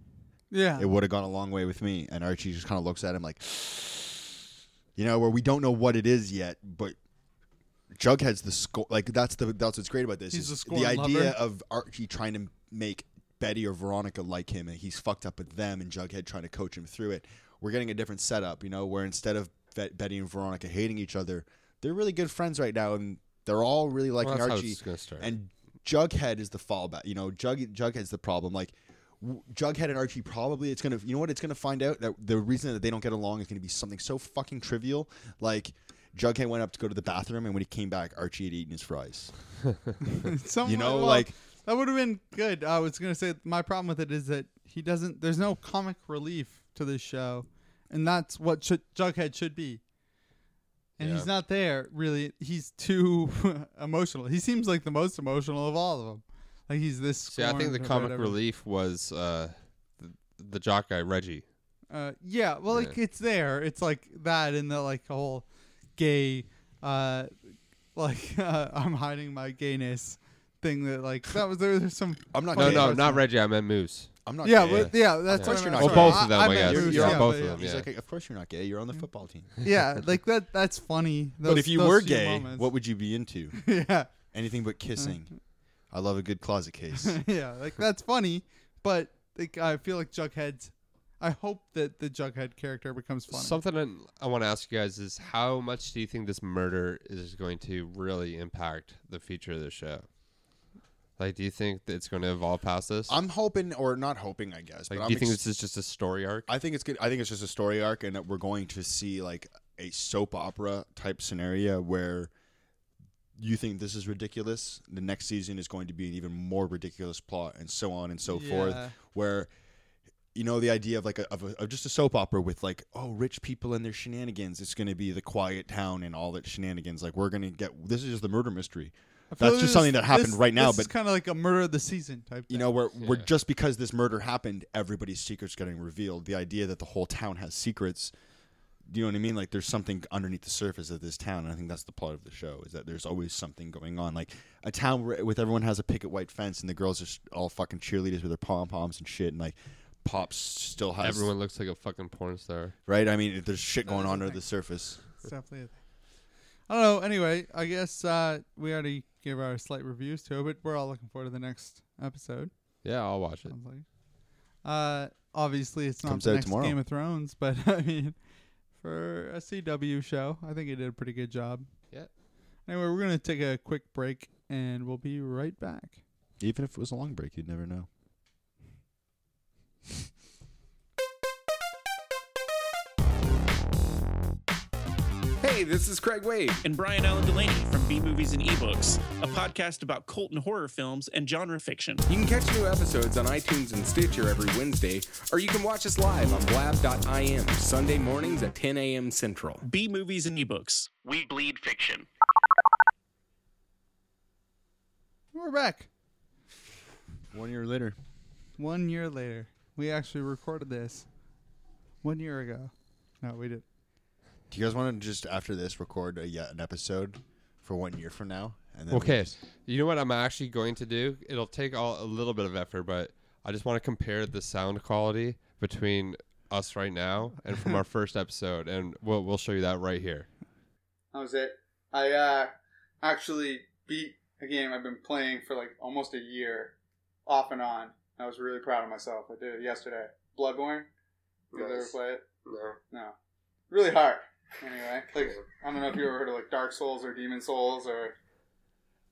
Speaker 1: yeah,
Speaker 2: It would have gone a long way with me. And Archie just kind of looks at him like, you know, where we don't know what it is yet, but Jughead's the score. Like that's the that's what's great about this.
Speaker 1: He's
Speaker 2: is
Speaker 1: the
Speaker 2: the
Speaker 1: scorn
Speaker 2: idea
Speaker 1: lover.
Speaker 2: of Archie trying to make Betty or Veronica like him, and he's fucked up with them, and Jughead trying to coach him through it. we're getting a different setup, you know, where instead of Be- Betty and Veronica hating each other, they're really good friends right now, and they're all really
Speaker 3: Well,
Speaker 2: liking
Speaker 3: that's how
Speaker 2: Archie.
Speaker 3: it's gonna start.
Speaker 2: And Jughead is the fallback. You know, Jug Jughead's the problem. Like w- Jughead and Archie probably it's gonna. You know what? It's gonna find out that the reason that they don't get along is gonna be something so fucking trivial. Like Jughead went up to go to the bathroom, and when he came back, Archie had eaten his fries.
Speaker 1: Some-
Speaker 2: You know,
Speaker 1: well,
Speaker 2: like-
Speaker 1: that would have been good. I was gonna say my problem with it is that he doesn't. There's no comic relief to this show, and that's what should, Jughead should be. And
Speaker 3: Yeah.
Speaker 1: he's not there really. He's too emotional. He seems like the most emotional of all of them. Like he's this.
Speaker 3: See, I think
Speaker 1: scorned
Speaker 3: the
Speaker 1: about
Speaker 3: comic
Speaker 1: everything.
Speaker 3: relief was uh, the, the jock guy Reggie.
Speaker 1: Uh, yeah, well,
Speaker 3: Yeah.
Speaker 1: like it's there. It's like that, and the like whole gay, uh, like uh, I'm hiding my gayness thing. That like that was there was some.
Speaker 2: I'm not.
Speaker 3: No,
Speaker 2: gay.
Speaker 3: no, not Reggie. I meant Moose.
Speaker 2: I'm not.
Speaker 1: yeah,
Speaker 2: gay.
Speaker 1: but yeah, that's
Speaker 2: course
Speaker 1: what
Speaker 2: you're
Speaker 1: I
Speaker 2: not
Speaker 1: meant.
Speaker 2: gay.
Speaker 1: Sorry,
Speaker 2: Oh,
Speaker 3: both of them, I
Speaker 1: meant
Speaker 3: guess.
Speaker 1: Moose,
Speaker 2: You're on
Speaker 1: yeah,
Speaker 3: both
Speaker 1: but
Speaker 3: of
Speaker 1: yeah.
Speaker 3: them,
Speaker 2: He's
Speaker 3: yeah.
Speaker 2: like, of course you're not gay. You're on the football team.
Speaker 1: Yeah, like that. That's funny.
Speaker 2: but
Speaker 1: those-
Speaker 2: if you
Speaker 1: those
Speaker 2: were
Speaker 1: few
Speaker 2: gay,
Speaker 1: moments.
Speaker 2: what would you be into?
Speaker 1: yeah,
Speaker 2: Anything but kissing. I love a good closet case.
Speaker 1: yeah, like that's funny. But like, I feel like Jughead's. I hope that the Jughead character becomes funny.
Speaker 3: Something I, I want to ask you guys is how much do you think this murder is going to really impact the future of the show? Like, do you think that it's going to evolve past this?
Speaker 2: I'm hoping, or not hoping, I guess.
Speaker 3: like,
Speaker 2: but
Speaker 3: do you
Speaker 2: I'm
Speaker 3: think
Speaker 2: ex-
Speaker 3: this is just a story arc?
Speaker 2: I think it's good. I think it's just a story arc, and that we're going to see like a soap opera type scenario where you think this is ridiculous. The next season is going to be an even more ridiculous plot, and so on and so
Speaker 1: Yeah.
Speaker 2: forth. Where you know the idea of like a, of, a, of just a soap opera with like oh rich people and their shenanigans. It's going to be the quiet town and all that shenanigans. Like we're going to get this is just the murder mystery.
Speaker 1: I feel
Speaker 2: That's
Speaker 1: like
Speaker 2: just
Speaker 1: this-
Speaker 2: something that happened
Speaker 1: this-
Speaker 2: right now,
Speaker 1: This
Speaker 2: but
Speaker 1: is kind of like a murder of the season type.
Speaker 2: you
Speaker 1: thing.
Speaker 2: know, where, where
Speaker 3: Yeah.
Speaker 2: just because this murder happened, everybody's secrets getting revealed. The idea that the whole town has secrets. Do you know what I mean? Like there's something underneath the surface of this town, and I think that's the plot of the show is that there's always something going on. Like a town where, with everyone has a picket white fence, and the girls are s- all fucking cheerleaders with their pom poms and shit, and like pops still has
Speaker 3: Everyone looks like a fucking porn star.
Speaker 2: right. I mean, there's shit
Speaker 1: That
Speaker 2: going
Speaker 1: is a
Speaker 2: on under
Speaker 1: thing.
Speaker 2: the surface.
Speaker 1: It's definitely a thing. I don't know. Anyway, I guess uh, we already gave our slight reviews to it, but we're all looking forward to the next episode.
Speaker 3: Yeah, I'll watch it.
Speaker 1: Sounds like. Uh, obviously, it's not
Speaker 2: Comes
Speaker 1: the
Speaker 2: out
Speaker 1: next
Speaker 2: tomorrow.
Speaker 1: Game of Thrones, but I mean, for a CW show, I think it did a pretty good job.
Speaker 3: Yeah.
Speaker 1: Anyway, we're gonna take a quick break, and we'll be right back.
Speaker 2: Even if it was a long break, you'd never know.
Speaker 4: Hey, this is Craig Wade.
Speaker 5: And Brian Allen Delaney from B Movies and Ebooks, a podcast about cult and horror films and genre fiction.
Speaker 4: You can catch new episodes on iTunes and Stitcher every Wednesday, or you can watch us live on blab.im Sunday mornings at 10 a.m. Central.
Speaker 5: B Movies and Ebooks.
Speaker 6: We bleed fiction.
Speaker 1: We're back.
Speaker 2: One year later,
Speaker 1: One year later, we actually recorded this one year ago. No, we did.
Speaker 2: do you guys want to just after this record a, yeah, an episode for one year from now? And then we
Speaker 3: Okay,
Speaker 2: just-
Speaker 3: you know what I'm actually going to do? It'll take all, a little bit of effort, but I just want to compare the sound quality between us right now and from our first episode, and we'll we'll show you that right here.
Speaker 1: That was it. I uh, actually beat a game I've been playing for like almost a year, off and on. I was really proud of myself. I did it yesterday. Bloodborne. You guys ever play it? No. No. Really hard. Anyway, like I don't know if you ever heard of like Dark Souls or Demon Souls or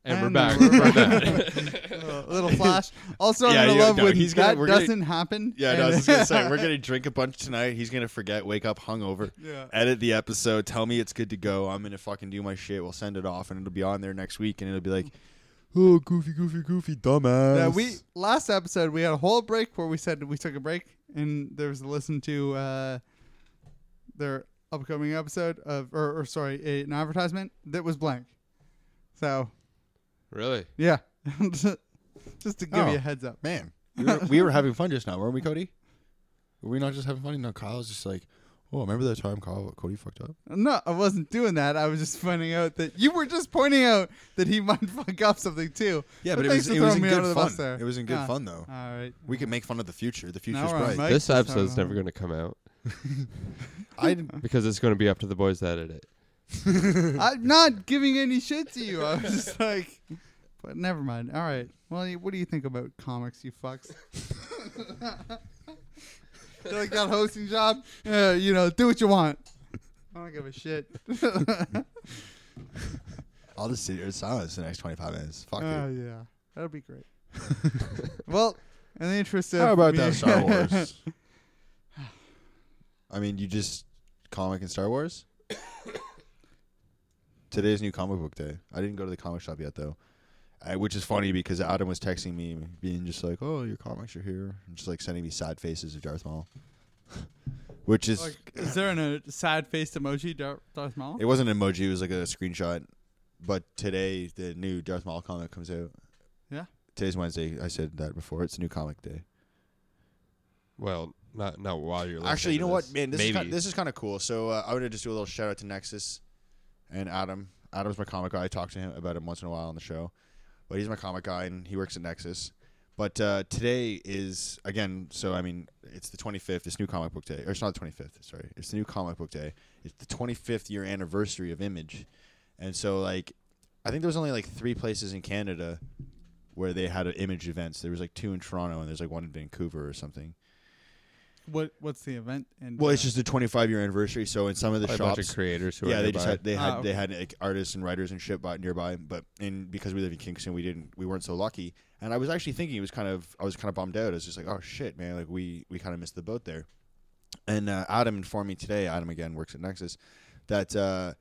Speaker 3: And, we're
Speaker 1: And
Speaker 3: back.
Speaker 1: we're
Speaker 3: We're
Speaker 1: back.
Speaker 3: back.
Speaker 1: Little Flash. Also,
Speaker 2: Yeah,
Speaker 1: I'm in
Speaker 2: yeah,
Speaker 1: love
Speaker 2: no,
Speaker 1: with
Speaker 2: he's gonna-
Speaker 1: that
Speaker 2: we're gonna-
Speaker 1: doesn't happen.
Speaker 2: Yeah,
Speaker 1: and-
Speaker 2: no, I was just gonna say we're gonna drink a bunch tonight. He's gonna forget, wake up hungover,
Speaker 1: Yeah.
Speaker 2: edit the episode, tell me it's good to go. I'm gonna fucking do my shit. We'll send it off, and it'll be on there next week, and it'll be like, oh, goofy, goofy, goofy, dumbass.
Speaker 1: Yeah, we last episode we had a whole break where we said we took a break and there was a listen to uh, their upcoming episode of or, or sorry a, an advertisement that was blank. So
Speaker 3: really?
Speaker 1: yeah, just to give
Speaker 2: Oh.
Speaker 1: you a heads up.
Speaker 2: man, we were, we were having fun just now, weren't we, Cody? Were we not just having fun? No, Kyle was just like, oh, remember that time Kyle Cody fucked up?
Speaker 1: No, I wasn't doing that. I was just pointing out that you were just pointing out that he might fuck up something too.
Speaker 2: Yeah, but, it
Speaker 1: thanks
Speaker 2: was
Speaker 1: for
Speaker 2: it was
Speaker 1: throwing
Speaker 2: in
Speaker 1: me under
Speaker 2: good
Speaker 1: the
Speaker 2: fun.
Speaker 1: bus there.
Speaker 2: It was in good
Speaker 1: Yeah.
Speaker 2: fun though.
Speaker 1: All right.
Speaker 2: We can make fun of the future. The future's
Speaker 1: we're on
Speaker 2: bright.
Speaker 1: mic.
Speaker 3: This
Speaker 1: Just
Speaker 3: episode's
Speaker 1: having
Speaker 3: never going to come out
Speaker 2: I didn't-
Speaker 3: because it's going to be up to the boys to edit it.
Speaker 1: I'm not giving any shit to you. I was just like, but never mind. All right. Well, you- what do you think about comics, you fucks? They're like that hosting job. Yeah, you know, do what you want. I don't give a shit.
Speaker 2: I'll just sit here in silence the next 25 minutes. Fuck
Speaker 1: Oh
Speaker 2: it.
Speaker 1: yeah, that'd be great. well, in the interest of
Speaker 2: How about
Speaker 1: me-
Speaker 2: that Star Wars? I mean, you just comic and Star Wars? Today's new comic book day. I didn't go to the comic shop yet, though. Uh, which is funny because Adam was texting me, being just like, "Oh, your comics are here," and just like sending me sad faces of Darth Maul. which is
Speaker 1: like, is there an, a sad faced emoji, Dar- Darth Maul?
Speaker 2: It wasn't an emoji. It was like a screenshot. But today, the new Darth Maul comic comes out.
Speaker 1: Yeah.
Speaker 2: Today's Wednesday. I said that before. It's a new comic day.
Speaker 3: Well, not not while you're listening
Speaker 2: Actually, you
Speaker 3: to
Speaker 2: know what,
Speaker 3: this.
Speaker 2: man? This
Speaker 3: Maybe
Speaker 2: is kind of, this is kind of cool. So uh, I would just do a little shout out to Nexus and Adam. Adam's my comic guy. I talk to him about him once in a while on the show, but he's my comic guy and he works at Nexus. But uh, today is again. So I mean, it's the 25th. It's new comic book day, or it's not the 25th. Sorry, it's the new comic book day. It's the 25th year anniversary of Image, and so like, I think there was only like three places in Canada where they had uh, Image events. There was like two in Toronto, and there's like one in Vancouver or something.
Speaker 1: What What's the event? uh, And
Speaker 2: Well, it's just the 25 year anniversary. So in some of the
Speaker 3: uh, a
Speaker 2: shops,
Speaker 3: bunch of creators who
Speaker 2: yeah,
Speaker 3: are
Speaker 2: they just
Speaker 3: nearby.
Speaker 2: had they
Speaker 1: Ah,
Speaker 2: had
Speaker 1: okay.
Speaker 2: they had like, artists and writers and shit bought nearby. But in because we live in Kingston, we didn't we weren't so lucky. And I was actually thinking it was kind of I was kind of bummed out. I was just like, oh shit, man, like we we kind of missed the boat there. And uh, Adam informed me today. Adam again works at Nexus that uh,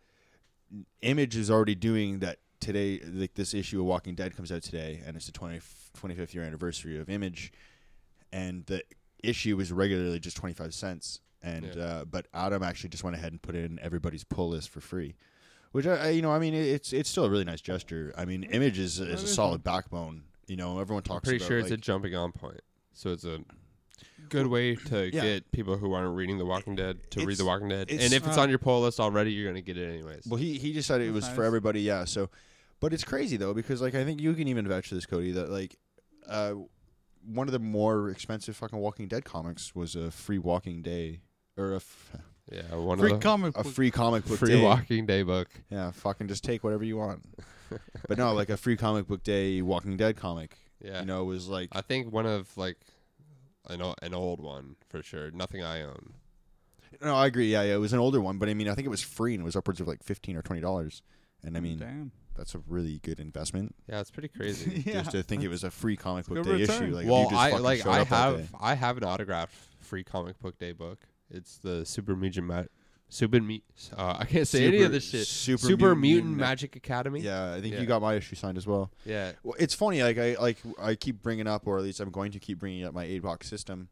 Speaker 2: Image is already doing that today. Like this issue of Walking Dead comes out today, and it's the 20, 25th year anniversary of Image, and the issue is regularly just 25 cents. And
Speaker 3: Yeah.
Speaker 2: uh, but Adam actually just went ahead and put it in everybody's pull list for free, which I, I you know I mean it- it's it's still a really nice gesture. I mean Image is, is a solid backbone. You know everyone
Speaker 3: I'm
Speaker 2: talks.
Speaker 3: pretty
Speaker 2: about,
Speaker 3: sure it's a
Speaker 2: like-
Speaker 3: jumping on point. So it's a good way to
Speaker 2: yeah.
Speaker 3: get people who aren't reading The Walking Dead to read
Speaker 2: It's-
Speaker 3: The Walking Dead.
Speaker 2: it's-
Speaker 3: And if it's
Speaker 1: uh,
Speaker 3: on your poll list already, you're going to get it anyways.
Speaker 2: Well, he he decided it
Speaker 1: That's
Speaker 2: was for
Speaker 1: nice.
Speaker 2: everybody. Yeah. So, but it's crazy though because like I think you can even vouch for this, Cody. That like, uh, one of the more expensive fucking Walking Dead comics was a free Walking Day or a, f-
Speaker 3: yeah, one
Speaker 1: free
Speaker 3: of the
Speaker 1: comic
Speaker 2: a
Speaker 1: book.
Speaker 2: free comic book
Speaker 3: free
Speaker 2: day.
Speaker 3: Walking Day book.
Speaker 2: Yeah, fucking just take whatever you want. but no, like a free comic book day Walking Dead comic.
Speaker 3: Yeah.
Speaker 2: You know, it was like
Speaker 3: I think one of like an, o- an old one for sure. Nothing I own.
Speaker 2: no, I agree. Yeah, yeah, it was an older one, but I mean, I think it was free and it was upwards of like fifteen or twenty dollars. And I mean,
Speaker 1: damn.
Speaker 2: that's a really good investment.
Speaker 3: Yeah, it's pretty crazy.
Speaker 1: yeah.
Speaker 2: Just to think it was a free comic book
Speaker 1: Good
Speaker 2: day
Speaker 1: return.
Speaker 2: issue. Like, if you
Speaker 3: well,
Speaker 2: just
Speaker 3: I
Speaker 2: fucking
Speaker 3: like
Speaker 2: showed
Speaker 3: I
Speaker 2: up that
Speaker 3: have
Speaker 2: day.
Speaker 3: I have an autographed free comic book day book. It's the Super Mutant Ma- Super Me- uh, I can't say any of
Speaker 2: Super-
Speaker 3: this shit.
Speaker 2: Super
Speaker 3: Super,
Speaker 2: Mutant
Speaker 3: Mutant,
Speaker 2: Mutant-
Speaker 3: Magic Academy.
Speaker 2: Yeah, I think
Speaker 3: Yeah.
Speaker 2: you got my issue signed as well.
Speaker 3: yeah.
Speaker 2: Well, it's funny. Like I like I keep bringing up, or at least I'm going to keep bringing up my eight box system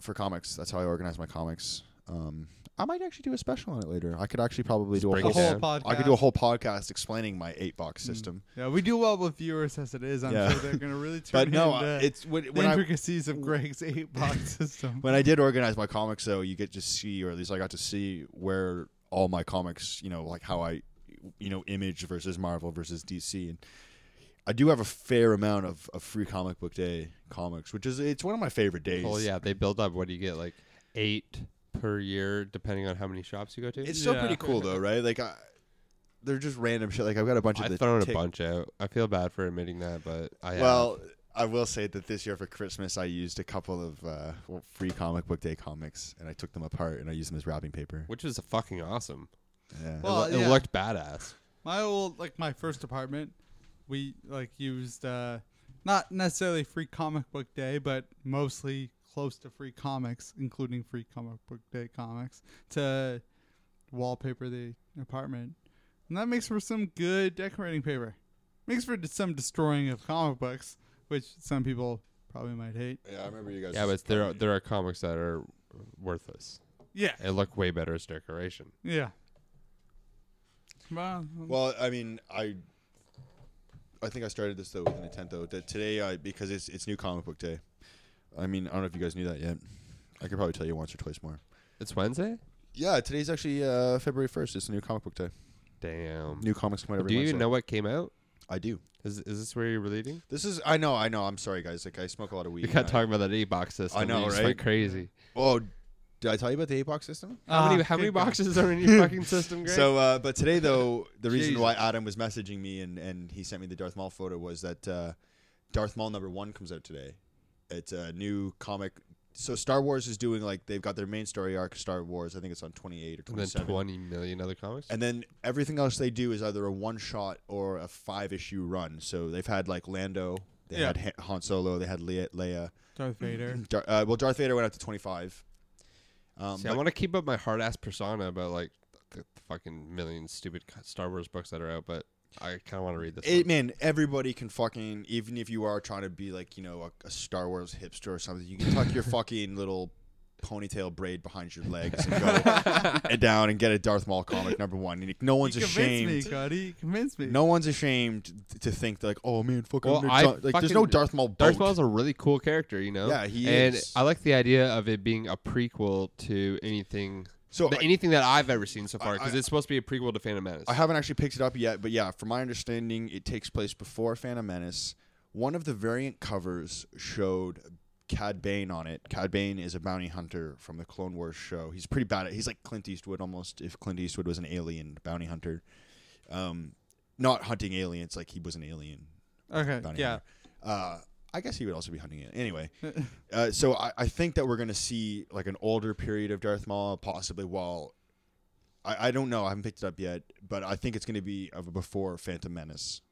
Speaker 2: for comics. That's how I organize my comics. Um, I might actually do a special on it later. I could actually probably do a
Speaker 3: break
Speaker 2: whole,
Speaker 3: it down. Mm.
Speaker 1: podcast.
Speaker 2: I could do a whole podcast explaining my eight box system.
Speaker 1: Yeah, we do well with viewers as it is. I'm
Speaker 2: Yeah.
Speaker 1: sure they're gonna really tune
Speaker 2: But no,
Speaker 1: in
Speaker 2: uh,
Speaker 1: to
Speaker 2: it's when,
Speaker 1: the
Speaker 2: when I
Speaker 1: intricacies of Greg's eight box system.
Speaker 2: when I did organize my comics, though, you get to see, or at least I got to see where all my comics, you know, like how I, you know, Image versus Marvel versus DC, and I do have a fair amount of, of free comic book day comics, which is it's one of my favorite days.
Speaker 3: Well, yeah, they build up. What do you get? Like eight per year, depending on how many shops you go to.
Speaker 2: it's still
Speaker 1: Yeah.
Speaker 2: pretty cool though, right? Like, I, they're just random shit. Like I've got a bunch of the
Speaker 3: I've thrown
Speaker 2: tick-
Speaker 3: a bunch out. I feel bad for admitting that, but I
Speaker 2: Well, I will say that this year for Christmas, I used a couple of uh, free comic book day comics, and I took them apart and I used them as wrapping paper.
Speaker 3: have, which is fucking awesome.
Speaker 2: Yeah.
Speaker 3: It lo-
Speaker 1: Well,
Speaker 3: it,
Speaker 1: yeah.
Speaker 3: looked badass.
Speaker 1: My old like my first apartment, we like used uh not necessarily free comic book day, but mostly close to free comics, including free comic book day comics, to wallpaper the apartment. And that makes for some good decorating paper. Makes for some destroying of comic books, which some people probably might hate.
Speaker 2: yeah, I remember you guys.
Speaker 3: Yeah, but there are, there are comics that are worthless.
Speaker 1: Yeah.
Speaker 3: It looked way better as decoration.
Speaker 1: Yeah. Well,
Speaker 2: Well, I mean, I I think I started this though with an intent though that today I because it's it's new comic book day. I mean, I don't know if you guys knew that yet. I could probably tell you once or twice more.
Speaker 3: It's Wednesday.
Speaker 2: Yeah, today's actually uh, February first. It's a new comic book day.
Speaker 3: Damn.
Speaker 2: New comics come out every
Speaker 3: Do you
Speaker 2: Wednesday.
Speaker 3: even know what came out?
Speaker 2: I do.
Speaker 3: Is is this where you're leading?
Speaker 2: This is I know I know. I'm sorry guys. Like I smoke a lot of weed.
Speaker 3: We got
Speaker 2: and I-
Speaker 3: talking about that eight box system.
Speaker 2: I know,
Speaker 3: You just
Speaker 2: right?
Speaker 3: went Crazy.
Speaker 2: Oh, did I tell you about the eight box system?
Speaker 3: How many
Speaker 1: Ah,
Speaker 3: how many
Speaker 1: good God.
Speaker 3: boxes are in your fucking system? Greg?
Speaker 2: So, uh, but today though, the reason
Speaker 3: Jesus.
Speaker 2: why Adam was messaging me and, and he sent me the Darth Maul photo was that uh, Darth Maul number one comes out today. It's a new comic so Star Wars is doing like they've got their main story arc Star Wars. I think it's on 28 or
Speaker 3: And then
Speaker 2: 27.
Speaker 3: 20 million other comics.
Speaker 2: And then everything else they do is either a one shot or a five issue run. So they've had like Lando, they
Speaker 1: Yeah.
Speaker 2: had Han- Han Solo, they had Leia. Leia.
Speaker 1: Darth Vader.
Speaker 2: Dar- uh, well, Darth Vader went up to 25. Um,
Speaker 3: See, I
Speaker 2: but-
Speaker 3: want to keep up my hard ass persona about like the, the fucking million stupid c- Star Wars books that are out, but I kind of want to read this.
Speaker 2: it,
Speaker 3: one.
Speaker 2: man, everybody can fucking even if you are trying to be like you know a, a Star Wars hipster or something, you can tuck your fucking little ponytail braid behind your legs and go and down and get a Darth Maul comic number one. And no one's
Speaker 1: you
Speaker 2: ashamed.
Speaker 1: convinced me, Cody. You convinced me.
Speaker 2: No one's ashamed to think like, oh man, fucking
Speaker 3: Well, I
Speaker 2: like there's no
Speaker 3: fucking-
Speaker 2: Darth Maul. Boat.
Speaker 3: Darth Maul's a really cool character, you know.
Speaker 2: Yeah, he
Speaker 3: and
Speaker 2: is.
Speaker 3: I like the idea of it being a prequel to anything.
Speaker 2: So
Speaker 3: th-
Speaker 2: I-
Speaker 3: anything that I've ever seen so far,
Speaker 2: I-
Speaker 3: because
Speaker 2: I-
Speaker 3: it's supposed to be a prequel to Phantom Menace.
Speaker 2: I haven't actually picked it up yet, but yeah, from my understanding, it takes place before Phantom Menace. One of the variant covers showed Cad Bane on it. Cad Bane is a bounty hunter from the Clone Wars show. He's pretty bad at. He's like Clint Eastwood almost. If Clint Eastwood was an alien bounty hunter, um, not hunting aliens like he was an alien
Speaker 1: Okay.
Speaker 2: bounty
Speaker 1: Yeah.
Speaker 2: hunter. Uh, I guess he would also be hunting it anyway. uh, so I, I think that we're gonna see like an older period of Darth Maul, possibly. While I, I don't know, I haven't picked it up yet, but I think it's gonna be of a before Phantom Menace.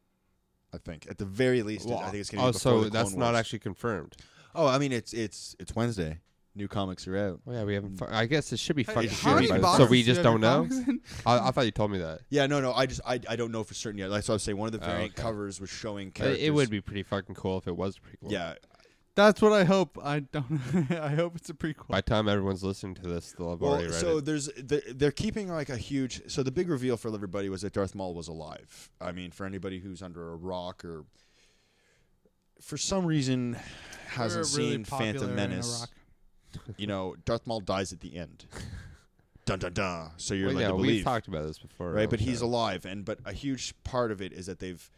Speaker 2: I think at the very least, it- I think it's gonna
Speaker 3: oh,
Speaker 2: be before
Speaker 3: so
Speaker 2: the
Speaker 3: that's
Speaker 2: Clone
Speaker 3: not
Speaker 2: Wars.
Speaker 3: actually confirmed.
Speaker 2: Oh, I mean, it's it's it's Wednesday. New comics are out.
Speaker 3: Oh yeah, we haven't. Fu- I guess it should be fucking.
Speaker 2: should
Speaker 3: confirmed
Speaker 2: be.
Speaker 3: by
Speaker 2: many
Speaker 3: this- so
Speaker 2: boxes
Speaker 3: we just
Speaker 1: do you have
Speaker 3: don't
Speaker 1: your
Speaker 3: know.
Speaker 1: boxes in?
Speaker 3: I, I thought you told me that.
Speaker 2: Yeah, no, no. I just I, I don't know for certain yet. That's what I was saying. One of the
Speaker 3: Oh,
Speaker 2: variant
Speaker 3: okay.
Speaker 2: covers was showing
Speaker 3: But
Speaker 2: characters.
Speaker 3: It would be pretty fucking cool if it was a prequel.
Speaker 2: Yeah,
Speaker 1: That's what I hope. I don't. I hope it's a prequel.
Speaker 3: By the time everyone's listening to this, they'll have already read
Speaker 2: so
Speaker 3: it.
Speaker 2: there's the, they're keeping like a huge. So the big reveal for everybody was that Darth Maul was alive. I mean, for anybody who's under a rock or for some reason
Speaker 1: We're
Speaker 2: hasn't
Speaker 1: really
Speaker 2: seen
Speaker 1: popular
Speaker 2: Phantom
Speaker 1: in
Speaker 2: Menace,
Speaker 1: Iraq.
Speaker 2: you know, Darth Maul dies at the end. dun dun dun. So you're
Speaker 3: Well,
Speaker 2: like,
Speaker 3: yeah,
Speaker 2: to
Speaker 3: we've
Speaker 2: believe
Speaker 3: talked about this before,
Speaker 2: right? But
Speaker 3: I'm
Speaker 2: he's
Speaker 3: sure.
Speaker 2: alive, and but a huge part of it is that they've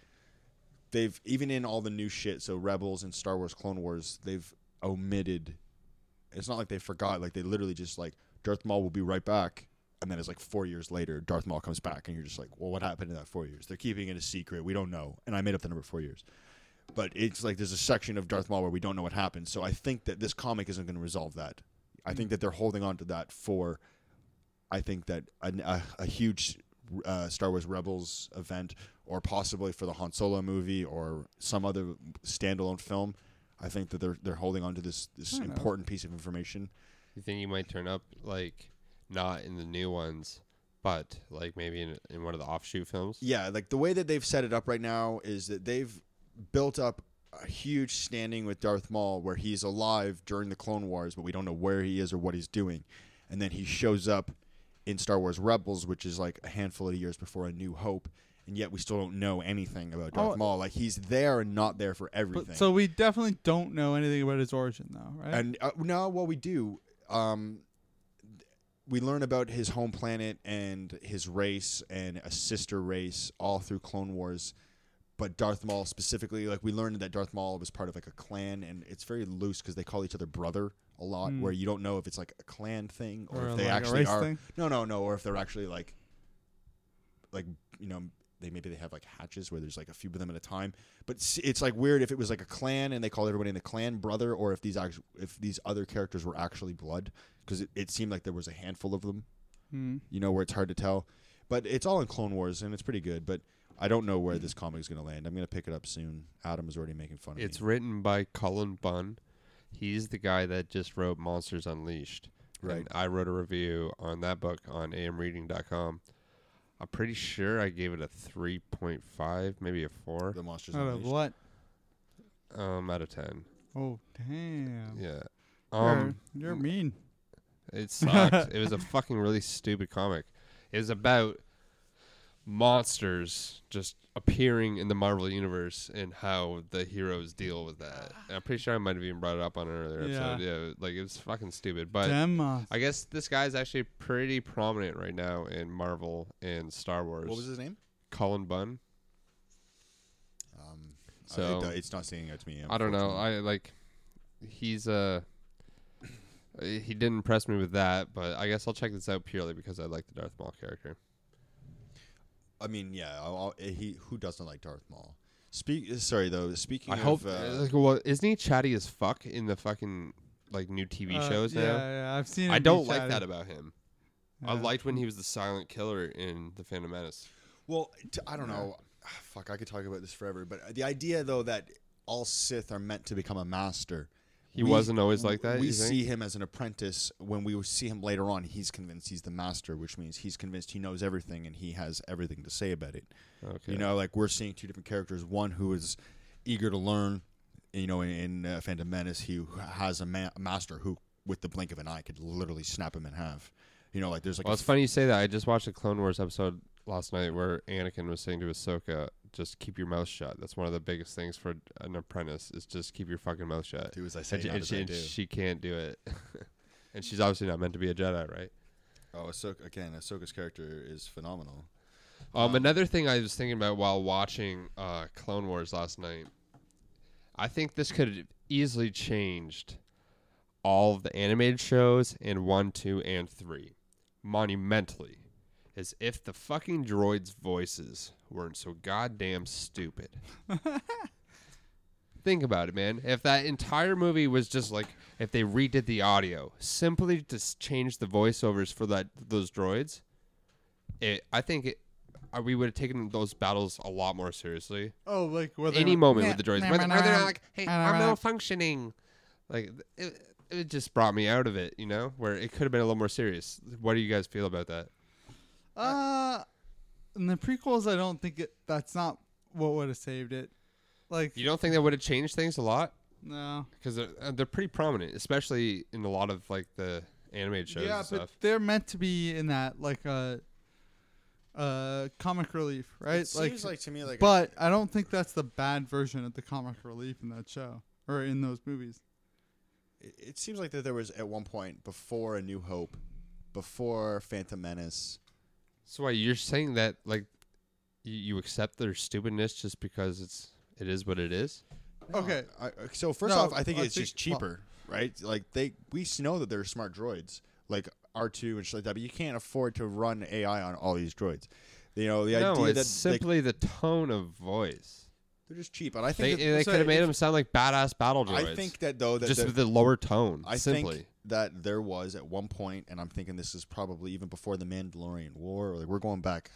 Speaker 2: they've even in all the new shit, so Rebels and Star Wars Clone Wars, they've omitted. It's not like they forgot; like they literally just like Darth Maul will be right back, and then it's like four years later, Darth Maul comes back, and you're just like, well, what happened in that four years? They're keeping it a secret. We don't know, and I made up the number four years. But it's like there's a section of Darth Maul where we don't know what happened. So I think that this comic isn't going to resolve that. I think that they're holding on to that for I think that an, a, a huge uh, Star Wars Rebels event, or possibly for the Han Solo movie or some other standalone film, I think that they're they're holding on to this this
Speaker 1: don't know.
Speaker 2: important piece of information.
Speaker 3: You think he might turn up like not in the new ones, but like maybe in, in one of the offshoot films?
Speaker 2: Yeah, like the way that they've set it up right now is that they've built up a huge standing with Darth Maul where he's alive during the Clone Wars, but we don't know where he is or what he's doing. And then he shows up in Star Wars Rebels, which is like a handful of years before A New Hope, and yet we still don't know anything about Darth
Speaker 1: Oh.
Speaker 2: Maul. Like he's there and not there for everything.
Speaker 1: But, so we definitely don't know anything about his origin, though, right?
Speaker 2: and uh, no, what we do, um, we learn about his home planet and his race and a sister race all through Clone Wars. But Darth Maul specifically, like we learned that Darth Maul was part of like a clan, and it's very loose because they call each other brother a lot,
Speaker 1: Mm.
Speaker 2: where you don't know if it's like a clan thing or,
Speaker 1: Or
Speaker 2: if they
Speaker 1: like a
Speaker 2: actually
Speaker 1: race
Speaker 2: are.
Speaker 1: thing?
Speaker 2: No, no, no, or if they're actually like, like you know, they maybe they have like hatches where there's like a few of them at a time. But s- it's like weird if it was like a clan and they called everybody in the clan brother, or if these act- if these other characters were actually blood, because it, it seemed like there was a handful of them.
Speaker 1: Hmm.
Speaker 2: You know where it's hard to tell, but it's all in Clone Wars and it's pretty good. But I don't know where this comic is going to land. I'm going to pick it up soon. Adam is already making fun of
Speaker 3: It's
Speaker 2: me.
Speaker 3: written by Cullen Bunn. He's the guy that just wrote Monsters Unleashed.
Speaker 2: Right.
Speaker 3: And I wrote a review on that book on amreading.com. I'm pretty sure I gave it a 3.5, maybe a 4
Speaker 2: the monsters.
Speaker 1: Out of
Speaker 2: Unleashed.
Speaker 1: Oh, what?
Speaker 3: um, out of 10.
Speaker 1: Oh, damn.
Speaker 3: Yeah.
Speaker 1: You're-
Speaker 3: Um,
Speaker 1: you're, mean.
Speaker 3: It sucked. it was a fucking really stupid comic. It was about monsters just appearing in the Marvel universe and how the heroes deal with that.
Speaker 2: Ah.
Speaker 3: And I'm pretty sure I might have even brought it up on an earlier
Speaker 1: Yeah.
Speaker 3: episode. Yeah, like it was fucking stupid. But
Speaker 1: Damn. uh,
Speaker 3: I guess this guy's actually pretty prominent right now in Marvel and Star Wars.
Speaker 2: What was his name?
Speaker 3: Colin Bunn.
Speaker 2: Um, uh,
Speaker 3: So-
Speaker 2: it do- it's not standing out to me.
Speaker 3: I don't know.
Speaker 2: unfortunately.
Speaker 3: I like he's uh he didn't impress me with that, but I guess I'll check this out purely because I like the Darth Maul character.
Speaker 2: I mean, yeah. I'll, I'll, he who doesn't like Darth Maul? Speak. Sorry though. Speaking.
Speaker 3: I
Speaker 2: of,
Speaker 3: hope.
Speaker 2: uh,
Speaker 3: like, well, isn't he chatty as fuck in the fucking like new TV
Speaker 1: Uh,
Speaker 3: shows
Speaker 1: yeah,
Speaker 3: now.
Speaker 1: yeah. I've seen.
Speaker 3: I
Speaker 1: him be
Speaker 3: don't like
Speaker 1: chatty.
Speaker 3: that about him. I
Speaker 1: Yeah.
Speaker 3: liked when he was the silent killer in The Phantom Menace.
Speaker 2: Well, t- I don't know. Ah, Fuck, I could talk about this forever. But uh, the idea, though, that all Sith are meant to become a master.
Speaker 3: He wasn't always like that,
Speaker 2: We
Speaker 3: you think?
Speaker 2: see him as an apprentice. When we see him later on, he's convinced he's the master, which means he's convinced he knows everything and he has everything to say about it.
Speaker 3: Okay.
Speaker 2: You know, like we're seeing two different characters. One who is eager to learn. You know, in, in uh, Phantom Menace, he has a ma- master who, with the blink of an eye, could literally snap him in half. You know, like there's like
Speaker 3: Well,
Speaker 2: a
Speaker 3: it's funny you say that. I just watched a Clone Wars episode last night where Anakin was saying to Ahsoka, "Just keep your mouth shut." That's one of the biggest things for an apprentice is just keep your fucking mouth shut.
Speaker 2: do as I say,
Speaker 3: And, she,
Speaker 2: not
Speaker 3: and,
Speaker 2: as
Speaker 3: she,
Speaker 2: I
Speaker 3: and
Speaker 2: do.
Speaker 3: she can't do it. and she's obviously not meant to be a Jedi, right?
Speaker 2: Oh, Ahsoka again. Ahsoka's character is phenomenal.
Speaker 3: Um, another thing I was thinking about while watching uh, Clone Wars last night, I think this could have easily changed all of the animated shows in one, two, and three monumentally. Is if the fucking droids' voices weren't so goddamn stupid. Think about it, man. If that entire movie was just like if they redid the audio simply to s- change the voiceovers for that those droids, it, I think it, uh, we would have taken those battles a lot more seriously.
Speaker 1: Oh, like whether
Speaker 3: Any moment with the droids,
Speaker 1: nah,
Speaker 3: where, they-
Speaker 1: nah,
Speaker 3: where they're
Speaker 1: nah,
Speaker 3: not like, "Hey,
Speaker 1: nah,
Speaker 3: I'm
Speaker 1: nah."
Speaker 3: malfunctioning," like th- it, it just brought me out of it, you know. Where it could have been a little more serious. What do you guys feel about that?
Speaker 1: Uh, in the prequels, I don't think it. That's not what would have saved it. Like
Speaker 3: You don't think that would have changed things a lot
Speaker 1: no.
Speaker 3: because they're, uh, they're pretty prominent, especially in a lot of like the animated shows
Speaker 1: yeah,
Speaker 3: and
Speaker 1: but
Speaker 3: stuff.
Speaker 1: they're meant to be in that like a uh, uh, comic relief, right?
Speaker 2: It seems like to me like
Speaker 1: but I don't think that's the bad version of the comic relief in that show or in those movies.
Speaker 2: it, it seems like that there was at one point before A New Hope, before Phantom Menace.
Speaker 3: So why you're saying that like you, you accept their stupidness just because it's it is what it is?
Speaker 1: Okay,
Speaker 2: uh, I, I- so first
Speaker 1: No,
Speaker 2: off, I think
Speaker 1: I
Speaker 2: it's
Speaker 1: think-
Speaker 2: just cheaper, right? Like they we s- know that they're smart droids like R two and shit like that, but you can't afford to run AI on all these droids. You know the
Speaker 3: no,
Speaker 2: idea
Speaker 3: it's
Speaker 2: that they,
Speaker 3: simply the tone of voice.
Speaker 2: they're just cheap, and I
Speaker 3: They,
Speaker 2: think that-
Speaker 3: they
Speaker 2: so
Speaker 3: could have made
Speaker 2: if-
Speaker 3: them sound like badass battle droids.
Speaker 2: I think that though that
Speaker 3: just
Speaker 2: the-
Speaker 3: with the lower tone.
Speaker 2: I
Speaker 3: simply.
Speaker 2: think that there was at one point, and I'm thinking this is probably even before the Mandalorian War. Or like we're going back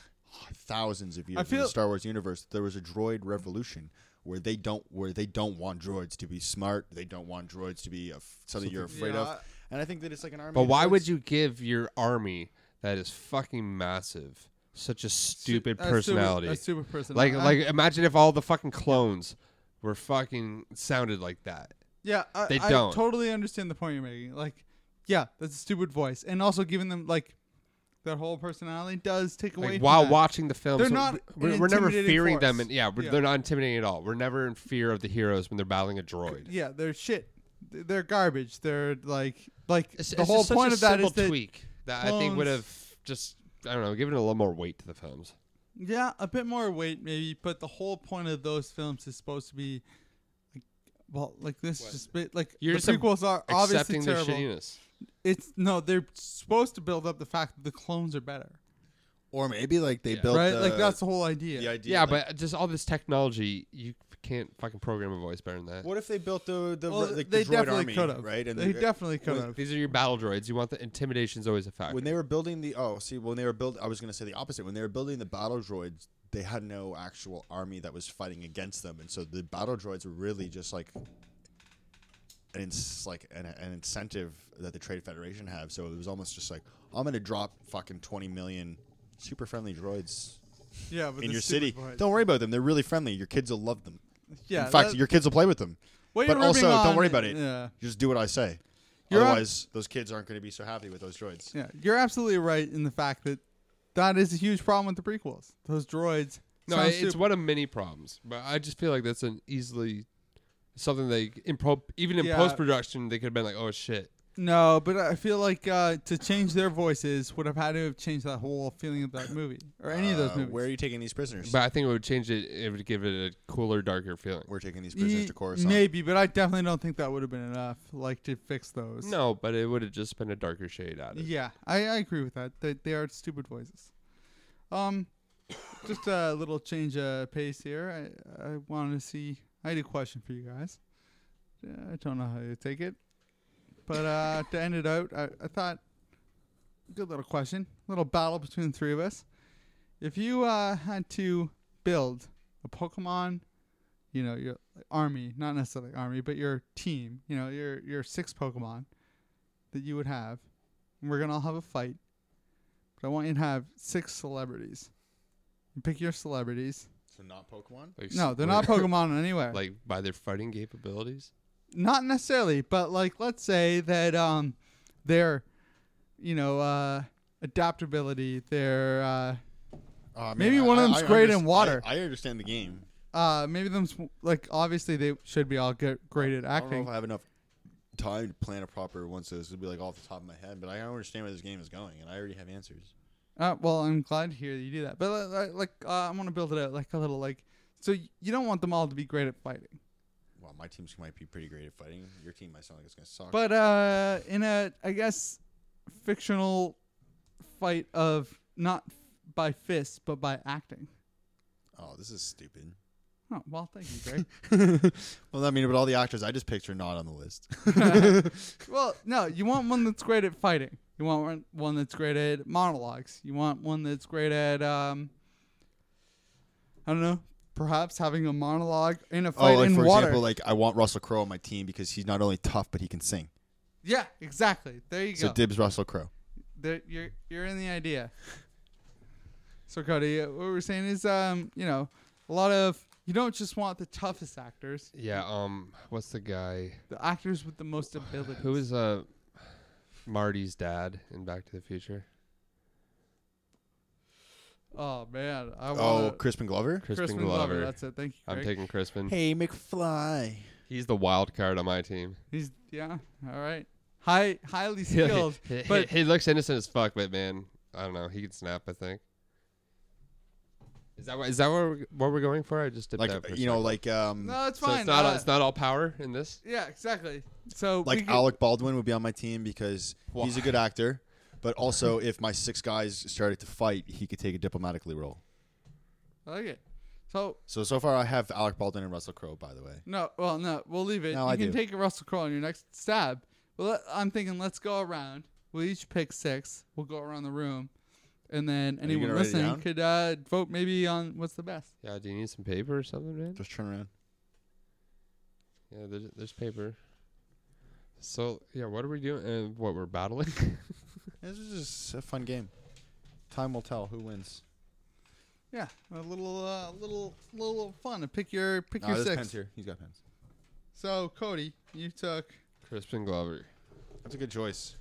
Speaker 2: thousands of years in
Speaker 1: feel-
Speaker 2: the Star Wars universe. There was a droid revolution where they don't where they don't want droids to be smart. They don't want droids to be a f- something you're afraid
Speaker 1: Yeah, I-
Speaker 2: of. And I think that it's like an army.
Speaker 3: but
Speaker 2: of
Speaker 3: why
Speaker 2: droids.
Speaker 3: would you give your army that is fucking massive such a stupid
Speaker 1: Stu- a
Speaker 3: personality?
Speaker 1: stupid, a stupid personality.
Speaker 3: like
Speaker 1: I-
Speaker 3: like imagine if all the fucking clones were fucking sounded like that.
Speaker 1: Yeah, I,
Speaker 3: They
Speaker 1: I
Speaker 3: don't.
Speaker 1: totally understand the point you're making. Like, yeah, that's a stupid voice, and also giving them like their whole personality does take away.
Speaker 3: Like,
Speaker 1: from
Speaker 3: while
Speaker 1: that.
Speaker 3: watching the film,
Speaker 1: They're
Speaker 3: so
Speaker 1: not
Speaker 3: we're,
Speaker 1: an
Speaker 3: we're never
Speaker 1: intimidating
Speaker 3: fearing them,
Speaker 1: force.
Speaker 3: and yeah, we're,
Speaker 1: Yeah.
Speaker 3: they're not intimidating at all. We're never in fear of the heroes when they're battling a droid.
Speaker 1: yeah, they're shit. Th- They're garbage. They're like like
Speaker 3: It's,
Speaker 1: the
Speaker 3: it's
Speaker 1: whole
Speaker 3: just such
Speaker 1: point
Speaker 3: a
Speaker 1: of that
Speaker 3: simple
Speaker 1: is that
Speaker 3: tweak that I think would have just I don't know given it a little more weight to the films.
Speaker 1: yeah, a bit more weight maybe, but the whole point of those films is supposed to be. like, Well, like this, is just bit like
Speaker 3: You're
Speaker 1: the
Speaker 3: just ab-
Speaker 1: prequels are obviously
Speaker 3: Accepting their
Speaker 1: terrible.
Speaker 3: shittiness.
Speaker 1: It's no, they're supposed to build up the fact that the clones are better,
Speaker 2: Or maybe like they
Speaker 3: Yeah.
Speaker 2: built
Speaker 1: right?
Speaker 2: the,
Speaker 1: like that's the whole idea.
Speaker 2: the idea.
Speaker 3: Yeah,
Speaker 2: like,
Speaker 3: but just all this technology, you can't fucking program a voice better than that.
Speaker 2: what if they built the the,
Speaker 1: Well,
Speaker 2: like,
Speaker 1: they
Speaker 2: the droid
Speaker 1: definitely
Speaker 2: army,
Speaker 1: could have,
Speaker 2: right?
Speaker 1: they
Speaker 2: the-
Speaker 1: definitely could
Speaker 2: when-
Speaker 1: have.
Speaker 3: These are your battle droids. You want the intimidation's always a factor.
Speaker 2: when they were building the oh see when they were build I was gonna say the opposite when they were building the battle droids they had no actual army that was fighting against them and so the battle droids were really just like an ins- like an, an incentive that the Trade Federation have so it was almost just like I'm gonna drop fucking 20 million super friendly droids
Speaker 1: Yeah, but
Speaker 2: in
Speaker 1: the
Speaker 2: your
Speaker 1: stupid
Speaker 2: city
Speaker 1: voice.
Speaker 2: don't worry about them they're really friendly your kids will love them
Speaker 1: Yeah,
Speaker 2: in fact
Speaker 1: that-
Speaker 2: your kids will play with them
Speaker 1: what
Speaker 2: but
Speaker 1: you're ripping
Speaker 2: also don't
Speaker 1: on
Speaker 2: worry
Speaker 1: it-
Speaker 2: about it
Speaker 1: Yeah,
Speaker 2: just do what I say
Speaker 1: You're on-
Speaker 2: otherwise those kids aren't gonna be so happy with those droids
Speaker 1: yeah, you're absolutely right in the fact that that is a huge problem with the prequels. Those droids.
Speaker 3: no,
Speaker 1: sound
Speaker 3: it- it's
Speaker 1: stupid.
Speaker 3: one of many problems. But I just feel like that's an easily something they in pro, even in
Speaker 1: Yeah.
Speaker 3: post production they could have been like, oh shit.
Speaker 1: no, but I feel like uh, to change their voices would have had to have changed that whole feeling of that movie or any of those
Speaker 2: Uh,
Speaker 1: movies.
Speaker 2: where are you taking these prisoners
Speaker 3: But I think it would change it. It would give it a cooler, darker feeling.
Speaker 2: we're taking these
Speaker 1: Ye-
Speaker 2: prisoners to Coruscant.
Speaker 1: Maybe, but I definitely don't think that would have been enough, like to fix those.
Speaker 3: No, but it would have just been a darker shade at it.
Speaker 1: Yeah, I, I agree with that. They, they are stupid voices. Um, just a little change of pace here. I I wanted to see. I had a question for you guys. Uh, I don't know how you take it. But uh, to end it out, I, I thought good little question, little battle between the three of us. If you uh, had to build a Pokemon, you know your army, not necessarily army, but your team, you know your your six Pokemon that you would have, and we're gonna all have a fight. But I want you to have six celebrities. You pick your celebrities.
Speaker 2: So not Pokemon.
Speaker 3: Like,
Speaker 1: No, they're not Pokemon anywhere.
Speaker 3: like by their fighting capabilities.
Speaker 1: not necessarily, but like let's say that um their you know uh adaptability, their uh Maybe one of them's great in water.
Speaker 2: I, I understand the game.
Speaker 1: uh maybe them's like obviously they should be all good, great at
Speaker 2: I don't
Speaker 1: acting.
Speaker 2: know if I have enough time to plan a proper one, so this would be like off the top of my head. But I understand where this game is going, and I already have answers.
Speaker 1: Uh, well, I'm glad to hear that you do that. But li- li- like uh, I want to build it out like a little like so y- you don't want them all to be great at fighting.
Speaker 2: Well, my teams might be pretty great at fighting. Your team might sound like it's gonna suck.
Speaker 1: But uh in a I guess fictional fight of not f- by fists but by acting.
Speaker 2: oh, this is stupid.
Speaker 1: Oh, well, thank you, Greg.
Speaker 2: well, I mean, but all the actors I just picked are not on the list.
Speaker 1: Well, no, you want one that's great at fighting. You want one- one that's great at monologues. You want one that's great at um I don't know, perhaps having a monologue in a fight
Speaker 2: oh, like
Speaker 1: in
Speaker 2: for
Speaker 1: water.
Speaker 2: example, like I want Russell Crowe on my team because he's not only tough but he can sing.
Speaker 1: yeah, exactly. There you
Speaker 2: So
Speaker 1: go.
Speaker 2: dibs Russell Crowe.
Speaker 1: There- you're you're in the idea. So Cody, uh, what we're saying is um, you know, a lot of you don't just want the toughest actors,
Speaker 3: Yeah. Um. What's the guy?
Speaker 1: the actors with the most ability.
Speaker 3: Who is uh Marty's dad in Back to the Future?
Speaker 1: Oh man, I want
Speaker 2: Oh, Crispin Glover.
Speaker 3: Crispin, Glover.
Speaker 1: That's it. Thank you.
Speaker 3: I'm
Speaker 1: Greg.
Speaker 3: taking Crispin.
Speaker 2: Hey, McFly.
Speaker 3: He's the wild card on my team.
Speaker 1: He's yeah, all right. High highly skilled.
Speaker 3: he,
Speaker 1: but
Speaker 3: he looks innocent as fuck, but man, I don't know. He can snap. I think. Is that what is that what we're, what we're going for? I just did that.
Speaker 2: Like uh,
Speaker 3: for a
Speaker 2: you know,
Speaker 3: second.
Speaker 2: like um,
Speaker 1: no, it's
Speaker 3: so
Speaker 1: fine.
Speaker 3: it's not
Speaker 1: uh,
Speaker 3: it's not all power in this.
Speaker 1: yeah, exactly. So we
Speaker 2: like
Speaker 1: could-
Speaker 2: Alec Baldwin would be on my team because he's a
Speaker 3: Why?
Speaker 2: good actor. But also, if my six guys started to fight, he could take a diplomatically role.
Speaker 1: I like it. So
Speaker 2: So so far, I have Alec Baldwin and Russell Crowe. By the way,
Speaker 1: no, well no, we'll leave it.
Speaker 2: No,
Speaker 1: you
Speaker 2: I
Speaker 1: can
Speaker 2: do.
Speaker 1: take a Russell Crowe on your next stab. Well, let- I'm thinking let's go around. We'll each pick six. We'll go around the room, and then
Speaker 2: you
Speaker 1: anyone
Speaker 2: gonna write it
Speaker 1: listening
Speaker 2: down?
Speaker 1: could uh, vote maybe on what's the best.
Speaker 3: Yeah. Do you need some paper or something, man?
Speaker 2: just turn around.
Speaker 3: Yeah. There's there's paper. So yeah, what are we doing? Uh, what we're battling?
Speaker 2: This is just a fun game. Time will tell who wins.
Speaker 1: Yeah, a little, uh, little, little fun. to Pick your, pick
Speaker 2: No,
Speaker 1: your
Speaker 2: there's
Speaker 1: six.
Speaker 2: pens here. He's got pens.
Speaker 1: So Cody, you took
Speaker 3: Crispin Glover.
Speaker 2: That's a good choice,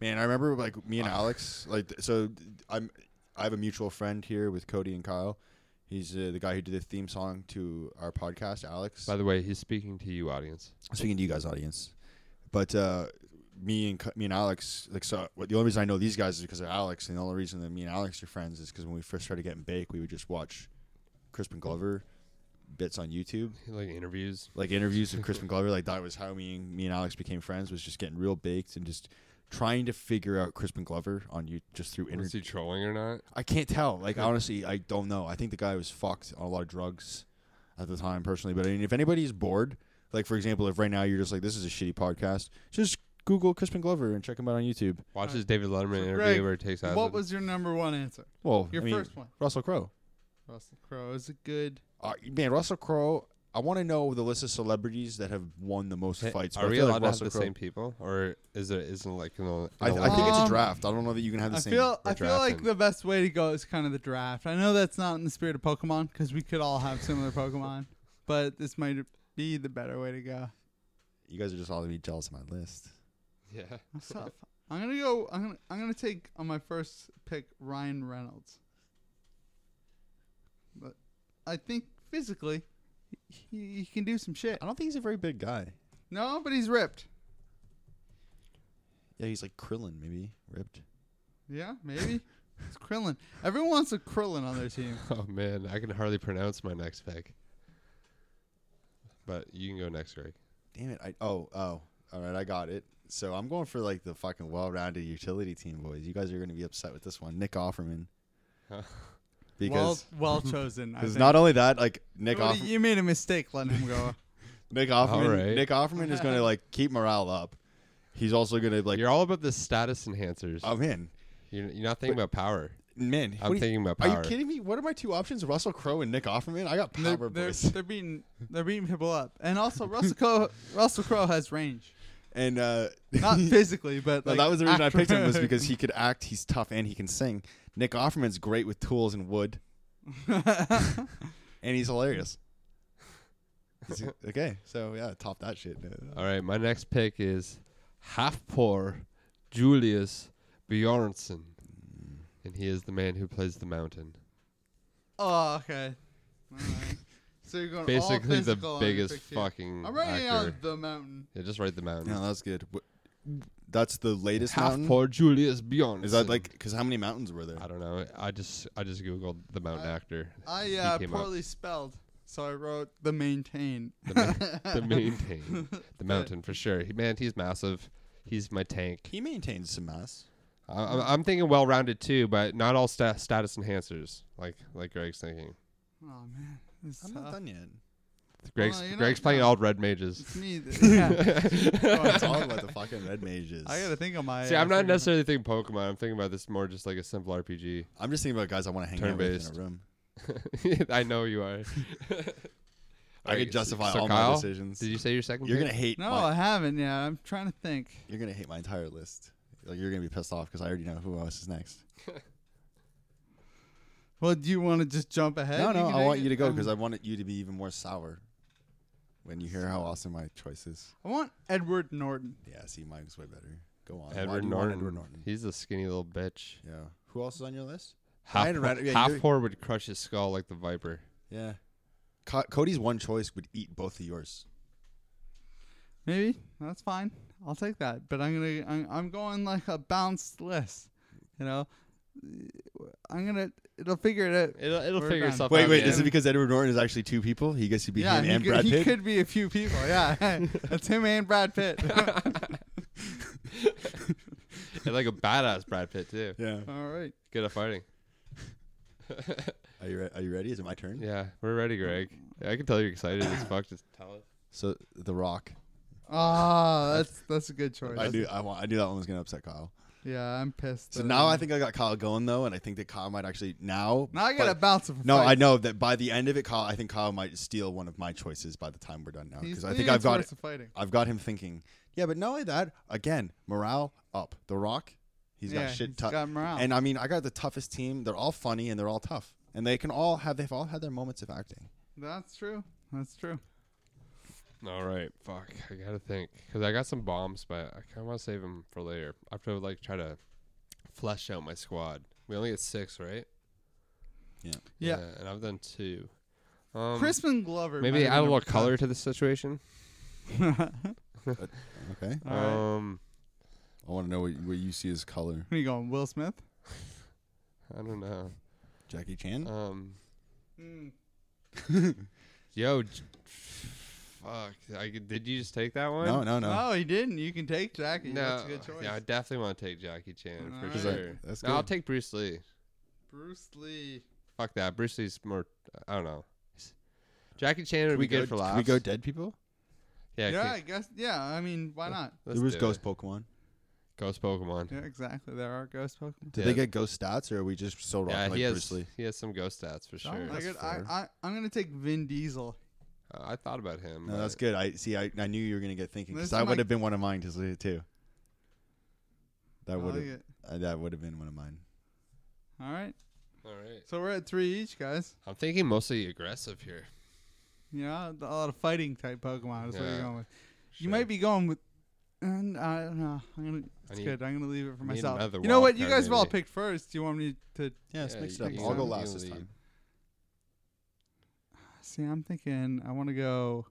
Speaker 2: man. I remember like me and Alex. Like th- so, th- I'm I have a mutual friend here with Cody and Kyle. He's uh, the guy who did the theme song to our podcast, Alex.
Speaker 3: By the way, he's speaking to you, audience.
Speaker 2: speaking to you guys, audience. But uh, me and Cu- me and Alex, like, so what- the only reason I know these guys is because of Alex, and the only reason that me and Alex are friends is because when we first started getting baked, we would just watch Crispin Glover bits on YouTube,
Speaker 3: He like interviews.
Speaker 2: like interviews of Crispin Glover. Like that was how me and me and Alex became friends was just getting real baked and just trying to figure out Crispin Glover on you just through
Speaker 3: Is
Speaker 2: interviews.
Speaker 3: he trolling or not?
Speaker 2: I can't tell. Like honestly, I don't know. I think the guy was fucked on a lot of drugs at the time personally. But I mean, if anybody's bored, like for example, if right now you're just like this is a shitty podcast, just Google Crispin Glover and check him out on YouTube.
Speaker 3: Watches David Letterman interview
Speaker 1: Greg,
Speaker 3: where he takes out.
Speaker 1: what was your number one answer?
Speaker 2: Well,
Speaker 1: Your
Speaker 2: I mean,
Speaker 1: first one.
Speaker 2: Russell Crowe.
Speaker 1: Russell Crowe is a good.
Speaker 2: Uh, man, Russell Crowe. I want to know the list of celebrities that have won the most fights. but
Speaker 3: Are
Speaker 2: I
Speaker 3: we
Speaker 2: feel
Speaker 3: allowed
Speaker 2: like
Speaker 3: to have
Speaker 2: Russell
Speaker 3: the
Speaker 2: Crowe-
Speaker 3: same people, or is it isn't like an, an
Speaker 2: I, I think it's
Speaker 1: Um,
Speaker 2: a draft. I don't know that you can have the
Speaker 1: I
Speaker 2: same.
Speaker 1: feel
Speaker 3: we're
Speaker 1: I feel like
Speaker 3: drafting.
Speaker 1: the best way to go is kind of the draft. I know that's not in the spirit of Pokemon because we could all have similar Pokemon, but this might be the better way to go.
Speaker 2: you guys are just all gonna be jealous of my list.
Speaker 3: yeah.
Speaker 1: That's tough. I'm gonna go. I'm gonna I'm gonna take on my first pick Ryan Reynolds, but I think physically he, he can do some shit.
Speaker 2: I don't think he's a very big guy.
Speaker 1: No, but he's ripped.
Speaker 2: Yeah, he's like Krillin, maybe ripped.
Speaker 1: Yeah, maybe. It's Krillin. Everyone wants a Krillin on their team.
Speaker 3: Oh man, I can hardly pronounce my next pick. But you can go next, Greg.
Speaker 2: Damn it! I oh oh. All right, I got it. So I'm going for like the fucking well-rounded utility team boys. You guys are going to be upset with this one, Nick Offerman,
Speaker 3: Huh.
Speaker 2: because
Speaker 1: well, well chosen. I
Speaker 2: because
Speaker 1: think.
Speaker 2: not only that, like Nick
Speaker 1: Cody,
Speaker 2: Offer-
Speaker 1: you made a mistake letting him go.
Speaker 2: Nick Offerman,
Speaker 3: All right.
Speaker 2: Nick Offerman is going to like keep morale up, He's also gonna like. Um,
Speaker 3: you're all about the status enhancers.
Speaker 2: I'm in.
Speaker 3: you're, you're not thinking about power.
Speaker 2: Man,
Speaker 3: I'm
Speaker 2: what do you-
Speaker 3: thinking about
Speaker 2: Are
Speaker 3: power.
Speaker 2: you kidding me? What are my two options? Russell Crowe and Nick Offerman. I got
Speaker 1: They're,
Speaker 2: power,
Speaker 1: they're,
Speaker 2: boys.
Speaker 1: they're beating they're beating people up, and also Russell Crowe Russell Crowe has range,
Speaker 2: And uh,
Speaker 1: not physically, but
Speaker 2: No,
Speaker 1: like
Speaker 2: that was the reason I
Speaker 1: act-
Speaker 2: picked him was because he could act, he's tough, and he can sing. Nick Offerman's great with tools and wood, and he's hilarious. He's- okay, so yeah, top that shit. dude.
Speaker 3: All right, my next pick is half poor Julius Bjornsson, and he is the man who plays the mountain.
Speaker 1: oh okay. Alright. So you're going all
Speaker 3: Basically, the
Speaker 1: physical on your
Speaker 3: biggest
Speaker 1: picture.
Speaker 3: fucking
Speaker 1: I'm writing
Speaker 3: actor.
Speaker 1: out the mountain.
Speaker 3: Yeah, just write the mountain.
Speaker 2: No, that's good. Wh- That's the latest
Speaker 3: half
Speaker 2: mountain.
Speaker 3: poor Julius Bjornsson.
Speaker 2: Is that like because how many mountains were there?
Speaker 3: I don't know. I just I just googled the mountain actor.
Speaker 1: I
Speaker 3: He
Speaker 1: uh,
Speaker 3: came up.
Speaker 1: poorly spelled, so I wrote the maintain.
Speaker 3: the, ma- the maintain the mountain for sure. He, man, he's massive. He's my tank.
Speaker 2: He maintains some mass.
Speaker 3: I, I'm- I'm thinking well-rounded too, but not all sta- status enhancers like like Greg's thinking.
Speaker 1: Oh man, it's
Speaker 2: I'm
Speaker 1: tough.
Speaker 2: not done yet.
Speaker 3: Greg's
Speaker 1: Well, you know,
Speaker 3: Greg's playing
Speaker 1: no.
Speaker 3: all red mages.
Speaker 1: It's me. that- yeah.
Speaker 2: It's all Oh, about the fucking red mages.
Speaker 1: I gotta think of my.
Speaker 3: See,
Speaker 1: uh,
Speaker 3: I'm not
Speaker 1: figure-
Speaker 3: necessarily thinking Pokemon. I'm thinking about this more just like a simple RPG.
Speaker 2: I'm just thinking about guys I want to hang out with in
Speaker 3: Turn-based.
Speaker 2: a room.
Speaker 3: I know you are.
Speaker 2: I could justify
Speaker 3: So
Speaker 2: all
Speaker 3: Kyle,
Speaker 2: my decisions.
Speaker 3: Did you say your second?
Speaker 2: You're
Speaker 3: pick?
Speaker 2: gonna hate.
Speaker 1: No,
Speaker 2: my-
Speaker 1: I haven't. Yeah, I'm trying to think.
Speaker 2: You're gonna hate my entire list. Like you're gonna be pissed off because I already know who else is next.
Speaker 1: Well, do you want to just jump ahead?
Speaker 2: No, no,
Speaker 1: can
Speaker 2: I
Speaker 1: make
Speaker 2: want
Speaker 1: it-
Speaker 2: you to go because
Speaker 1: um,
Speaker 2: I wanted you to be even more sour when you hear how awesome my choice is.
Speaker 1: I want Edward Norton.
Speaker 2: Yeah, see, mine's way better. Go on. Why
Speaker 3: Edward
Speaker 2: do you want
Speaker 3: Norton.
Speaker 2: Edward Norton.
Speaker 3: He's a skinny little bitch.
Speaker 2: Yeah. Who else is on your list? I
Speaker 3: Half,
Speaker 2: had read- yeah, you're-
Speaker 3: Half-Hor would crush his skull like the viper.
Speaker 2: Yeah. Co- Cody's one choice would eat both of yours.
Speaker 1: Maybe that's fine. I'll take that. But I'm gonna. I'm, I'm going like a balanced list. You know, I'm gonna. It'll figure it out.
Speaker 3: It'll, it'll
Speaker 1: We're
Speaker 3: figure
Speaker 1: done.
Speaker 3: itself
Speaker 2: Wait,
Speaker 3: out.
Speaker 2: wait.
Speaker 3: man.
Speaker 2: Is it because Edward Norton is actually two people? He gets to be
Speaker 1: yeah,
Speaker 2: him
Speaker 1: he,
Speaker 2: and
Speaker 1: could,
Speaker 2: Brad
Speaker 1: he
Speaker 2: Pitt.
Speaker 1: could be a few people. Yeah, that's him and Brad Pitt.
Speaker 3: And like a badass Brad Pitt too.
Speaker 2: Yeah.
Speaker 1: All right.
Speaker 3: Good at fighting.
Speaker 2: Are you re- Are you ready? Is it my turn?
Speaker 3: Yeah, we're ready, Greg. I can tell you're excited as fuck. Just tell it.
Speaker 2: So The Rock.
Speaker 1: Ah, that's that's a good choice.
Speaker 2: I knew I, wa- I knew that one was gonna upset Kyle.
Speaker 1: Yeah, I'm pissed.
Speaker 2: So
Speaker 1: that
Speaker 2: now
Speaker 1: I'm-
Speaker 2: I think I got Kyle going though, and I think that Kyle might actually now.
Speaker 1: now I gotta
Speaker 2: but-
Speaker 1: bounce him.
Speaker 2: No, I know that by the end of it, Kyle. I think Kyle might steal one of my choices by the time we're done now because I think I've got it.
Speaker 1: Fighting.
Speaker 2: I've got him thinking. Yeah, but not only that. Again, morale up. The Rock, he's
Speaker 1: Yeah,
Speaker 2: got shit
Speaker 1: he's
Speaker 2: tough.
Speaker 1: got morale.
Speaker 2: And I mean, I got the toughest team. They're all funny and they're all tough, and they can all have. They've all had their moments of acting.
Speaker 1: That's true. That's true.
Speaker 3: All right, fuck. I gotta think because I got some bombs, but I kind of want to save them for later. I have to like try to flesh out my squad. We only get six, right?
Speaker 2: Yeah.
Speaker 1: Yeah.
Speaker 3: and I've done two. Um,
Speaker 1: Crispin Glover.
Speaker 3: maybe add a little color to the situation.
Speaker 2: Okay.
Speaker 1: All right.
Speaker 3: Um,
Speaker 2: I want to know what, what you see as color.
Speaker 1: Who you going? Will Smith.
Speaker 3: I don't know.
Speaker 2: Jackie Chan.
Speaker 3: Um,
Speaker 1: Mm.
Speaker 3: yo, j- fuck. I, g- did you just take that one?
Speaker 2: no, no, no.
Speaker 1: No, Oh, he didn't. You can take Jackie.
Speaker 3: No,
Speaker 1: That's a good choice.
Speaker 3: yeah, I definitely want to take Jackie Chan for
Speaker 1: Alright.
Speaker 3: sure.
Speaker 2: That- that's
Speaker 3: no, I'll
Speaker 2: good.
Speaker 3: take Bruce Lee.
Speaker 1: Bruce Lee.
Speaker 3: Fuck that. Bruce Lee's more. I don't know. Jackie Chan would be good for laughs.
Speaker 2: Can we go dead people?
Speaker 3: yeah,
Speaker 1: Yeah,
Speaker 3: yeah
Speaker 1: I guess. Yeah, I mean, why not?
Speaker 3: let's
Speaker 2: there was
Speaker 3: do
Speaker 2: Ghost
Speaker 3: it.
Speaker 2: Pokemon.
Speaker 3: Ghost Pokemon.
Speaker 1: Yeah, exactly. There are ghost Pokemon.
Speaker 2: Did
Speaker 3: Yeah.
Speaker 2: they get ghost stats, or are we just so
Speaker 3: Yeah,
Speaker 2: rock like
Speaker 3: he has
Speaker 2: Bruce Lee?
Speaker 3: he has some ghost stats for sure.
Speaker 1: I,
Speaker 2: that's
Speaker 1: could, I,
Speaker 2: fair.
Speaker 1: I, I'm gonna take Vin Diesel.
Speaker 3: Uh, I thought about him.
Speaker 2: No, that's
Speaker 3: but-
Speaker 2: good. I see. I, I knew you were gonna get thinking because
Speaker 1: This
Speaker 2: that
Speaker 1: might-
Speaker 2: would have been one of mine to say, too. That would
Speaker 1: like
Speaker 2: have
Speaker 1: it.
Speaker 2: uh, that would have been one of mine.
Speaker 1: All right.
Speaker 3: All right.
Speaker 1: So we're at three each, guys.
Speaker 3: I'm thinking mostly aggressive here.
Speaker 1: Yeah, a lot of fighting type Pokemon is what
Speaker 3: Yeah,
Speaker 1: you're going with. You
Speaker 3: Sure.
Speaker 1: might be going with. And uh, I don't know. I'm gonna. It's
Speaker 3: need-
Speaker 1: good. I'm gonna leave it for
Speaker 3: I need
Speaker 1: myself.
Speaker 3: another
Speaker 1: You know
Speaker 3: wild
Speaker 1: what? You
Speaker 3: card,
Speaker 1: guys have all
Speaker 3: maybe.
Speaker 1: picked first. Do you want me to?
Speaker 2: Yeah, it's
Speaker 3: Yeah,
Speaker 2: mixed
Speaker 3: you
Speaker 2: up.
Speaker 3: can
Speaker 2: I'll go
Speaker 3: leave.
Speaker 2: last
Speaker 3: You
Speaker 2: this
Speaker 3: leave.
Speaker 2: time.
Speaker 1: See, I'm thinking. I want to go.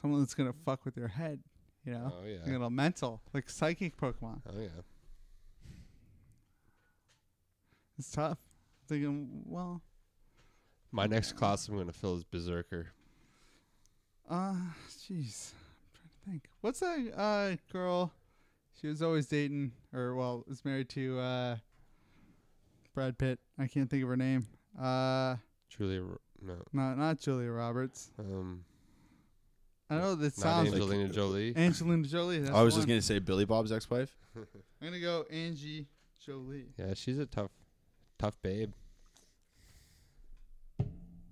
Speaker 1: Someone that's gonna fuck with your head. You know,
Speaker 3: Oh
Speaker 1: you
Speaker 3: yeah.
Speaker 1: know, mental, like psychic Pokemon.
Speaker 3: Oh yeah.
Speaker 1: It's tough. Thinking, well,
Speaker 3: My next class I'm gonna fill is Berserker.
Speaker 1: uh, jeez, I'm trying to think. What's that uh girl? She was always dating, or well, was married to uh Brad Pitt. I can't think of her name. Uh,
Speaker 3: Julia. Ro- No.
Speaker 1: no, not Julia Roberts.
Speaker 3: Um.
Speaker 1: I know this
Speaker 3: Not
Speaker 1: sounds
Speaker 3: Angelina Jolie.
Speaker 1: like Angelina Jolie. That's
Speaker 2: I was
Speaker 1: the
Speaker 2: just
Speaker 1: one.
Speaker 2: gonna say Billy Bob's ex-wife.
Speaker 1: I'm gonna go Angie Jolie.
Speaker 3: Yeah, she's a tough, tough babe.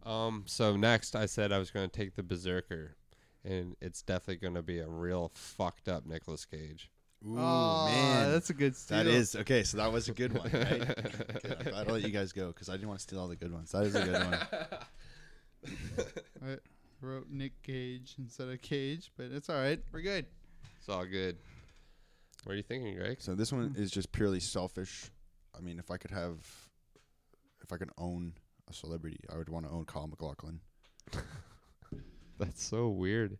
Speaker 3: Um. So next, I said I was going to take the Berserker, and it's definitely going to be a real fucked up Nicolas Cage.
Speaker 2: Ooh
Speaker 1: Aw, Oh, that's a good steal.
Speaker 2: that is okay. So that was a good one. Right? Good. I'm glad I let you guys go because I didn't want to steal all the good ones. That is a good one.
Speaker 1: I wrote Nick Cage instead of Cage, but it's all right. We're good.
Speaker 3: It's all good. What are you thinking, Greg?
Speaker 2: So this one is just purely selfish. I mean, if I could have, if I could own a celebrity, I would want to own Kyle McLaughlin.
Speaker 3: That's so weird,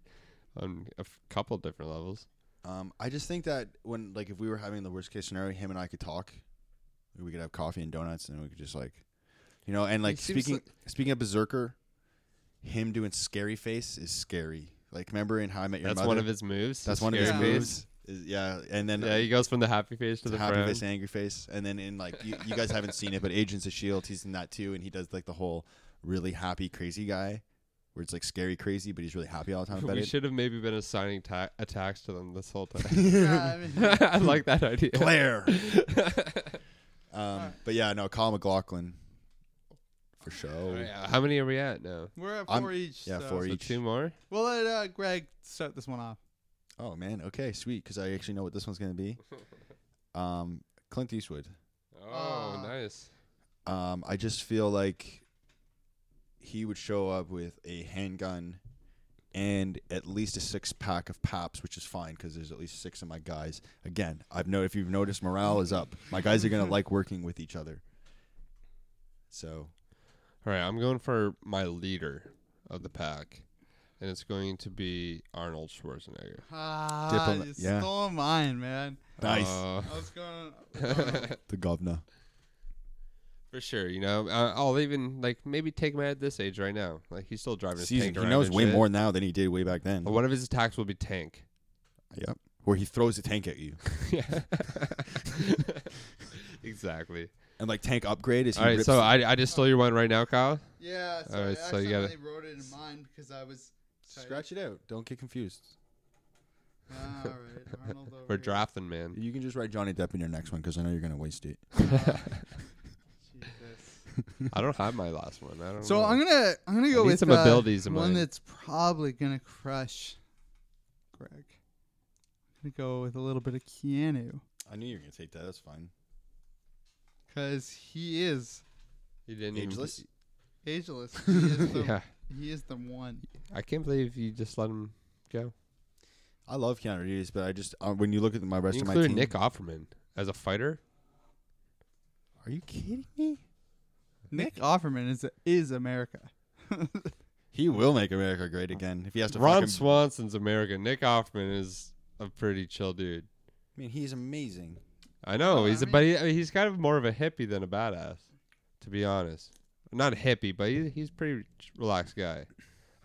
Speaker 3: on a f- couple different levels.
Speaker 2: Um, I just think that when like if we were having the worst case scenario, him and I could talk. We could have coffee and donuts, and we could just like, you know, and like
Speaker 3: seems
Speaker 2: speaking speaking of Berserker, him doing scary face is scary. Like remember in How I Met Your
Speaker 3: That's
Speaker 2: Mother,
Speaker 3: one of his moves.
Speaker 2: that's one of his
Speaker 3: scary
Speaker 1: face.
Speaker 2: moves. Is, yeah, and then
Speaker 3: Yeah, he goes from the happy face to
Speaker 2: to
Speaker 3: the
Speaker 2: happy
Speaker 3: frown.
Speaker 2: face, and angry face, and then in like you, you guys haven't seen it, but Agents of Shield, E he's in that too, and he does like the whole really happy crazy guy, where it's like scary crazy, but he's really happy all the time about
Speaker 3: We
Speaker 2: it.
Speaker 3: should have maybe been assigning ta- attacks to them this whole time.
Speaker 1: Yeah, I mean,
Speaker 3: I like that idea.
Speaker 2: Claire. um, but yeah, no, Kyle McLaughlin for
Speaker 3: Oh,
Speaker 2: sure.
Speaker 3: yeah. How many are we at now?
Speaker 1: we're at
Speaker 2: I'm-
Speaker 1: 4 each.
Speaker 2: yeah,
Speaker 1: so.
Speaker 2: four
Speaker 3: So
Speaker 2: each.
Speaker 3: two more.
Speaker 1: We'll let uh, Greg start this one off.
Speaker 2: Oh man, okay, sweet, because I actually know what this one's gonna be. Um, Clint Eastwood.
Speaker 3: Oh,
Speaker 1: Ah.
Speaker 3: nice.
Speaker 2: Um, I just feel like he would show up with a handgun and at least a six pack of Paps, which is fine because there's at least six of my guys. Again, I've know if you've noticed, morale is up. My guys are gonna like working with each other. So
Speaker 3: All right, I'm going for my leader of the pack, and it's going to be Arnold Schwarzenegger.
Speaker 1: Ah,
Speaker 2: Diploma-
Speaker 1: you
Speaker 2: yeah.
Speaker 1: stole mine, man.
Speaker 2: nice,
Speaker 3: Uh,
Speaker 1: I was going. Uh,
Speaker 2: the governor.
Speaker 3: for sure. You know, uh, I'll even like maybe take him at this age right now. Like he's still driving his
Speaker 2: Season-
Speaker 3: tank
Speaker 2: he
Speaker 3: around
Speaker 2: knows
Speaker 3: and
Speaker 2: way
Speaker 3: shit.
Speaker 2: more now than he did way back then.
Speaker 3: But one of his attacks will be tank.
Speaker 2: Yep. Where he throws a tank at you.
Speaker 3: Yeah. exactly.
Speaker 2: And like tank upgrade is he
Speaker 3: All right,
Speaker 2: rips-
Speaker 3: so I, I just stole your one right now, Kyle.
Speaker 1: yeah, so
Speaker 3: Alright,
Speaker 1: I
Speaker 3: so you gotta-
Speaker 1: accidentally wrote it in mine because I was.
Speaker 2: scratch it out. Don't get confused.
Speaker 1: Ah, all right, Arnold. Over here.
Speaker 3: We're drafting, man.
Speaker 2: You can just write Johnny Depp in your next one because I know you're gonna waste it.
Speaker 1: Jesus.
Speaker 3: I don't have my last one. I don't.
Speaker 1: So
Speaker 3: know.
Speaker 1: I'm gonna I'm gonna go
Speaker 3: need
Speaker 1: with
Speaker 3: some
Speaker 1: uh,
Speaker 3: abilities in
Speaker 1: one
Speaker 3: mine.
Speaker 1: that's probably gonna crush Greg. I'm gonna go with a little bit of Keanu
Speaker 2: I knew you were gonna take that. That's fine.
Speaker 1: because he is
Speaker 3: You didn't even-
Speaker 2: Ageless.
Speaker 1: ageless. He is the,
Speaker 3: yeah,
Speaker 1: he is the one.
Speaker 3: I can't believe you just let him go.
Speaker 2: I love Keanu Reeves, but I just uh, when you look at my rest
Speaker 3: You
Speaker 2: of my
Speaker 3: included
Speaker 2: team.
Speaker 3: Nick Offerman as a fighter.
Speaker 2: Are you kidding me?
Speaker 1: Nick Offerman is is America.
Speaker 2: He will make America great again if he has to.
Speaker 3: Ron
Speaker 2: fucking-
Speaker 3: Swanson's American. Nick Offerman is a pretty chill dude.
Speaker 2: I mean, he's amazing.
Speaker 3: I know
Speaker 1: Well,
Speaker 3: he's
Speaker 1: I
Speaker 3: a, but he, I mean, he's kind of more of a hippie than a badass, to be honest. Not hippie, but he, he's a pretty relaxed guy.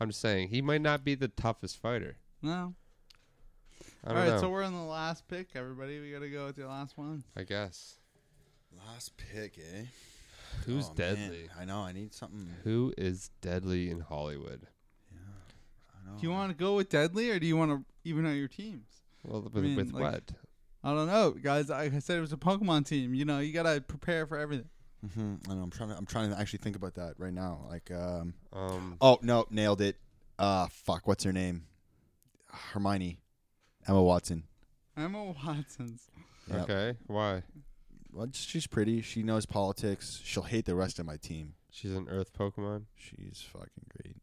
Speaker 3: I'm just saying he might not be the toughest fighter.
Speaker 1: No.
Speaker 3: I
Speaker 1: All
Speaker 3: don't
Speaker 1: right,
Speaker 3: know.
Speaker 1: so we're on the last pick. Everybody, we gotta go with your last one.
Speaker 3: I guess
Speaker 2: Last pick, eh?
Speaker 3: who's
Speaker 2: Oh, man.
Speaker 3: deadly?
Speaker 2: I know. I need something.
Speaker 3: Who is deadly in Hollywood?
Speaker 2: I
Speaker 1: Do
Speaker 2: know.
Speaker 3: Oh.
Speaker 1: you want to go with Deadly or do you want to even out your teams?
Speaker 3: Well, with,
Speaker 1: mean,
Speaker 3: with
Speaker 1: like-
Speaker 3: what?
Speaker 1: I don't know, guys. Like I said, it was a Pokemon team. You know, you gotta prepare for everything.
Speaker 2: hmm I know. I'm trying to. I'm trying to actually think about that right now. Like, um.
Speaker 3: Um,
Speaker 2: Oh no, nailed it. Uh fuck, what's her name? Hermione. Emma Watson.
Speaker 1: Emma Watson's.
Speaker 2: Yep.
Speaker 3: okay, why?
Speaker 2: Well, just- she's pretty. She knows politics. She'll hate the rest of my team.
Speaker 3: She's an Earth Pokemon.
Speaker 2: She's fucking great.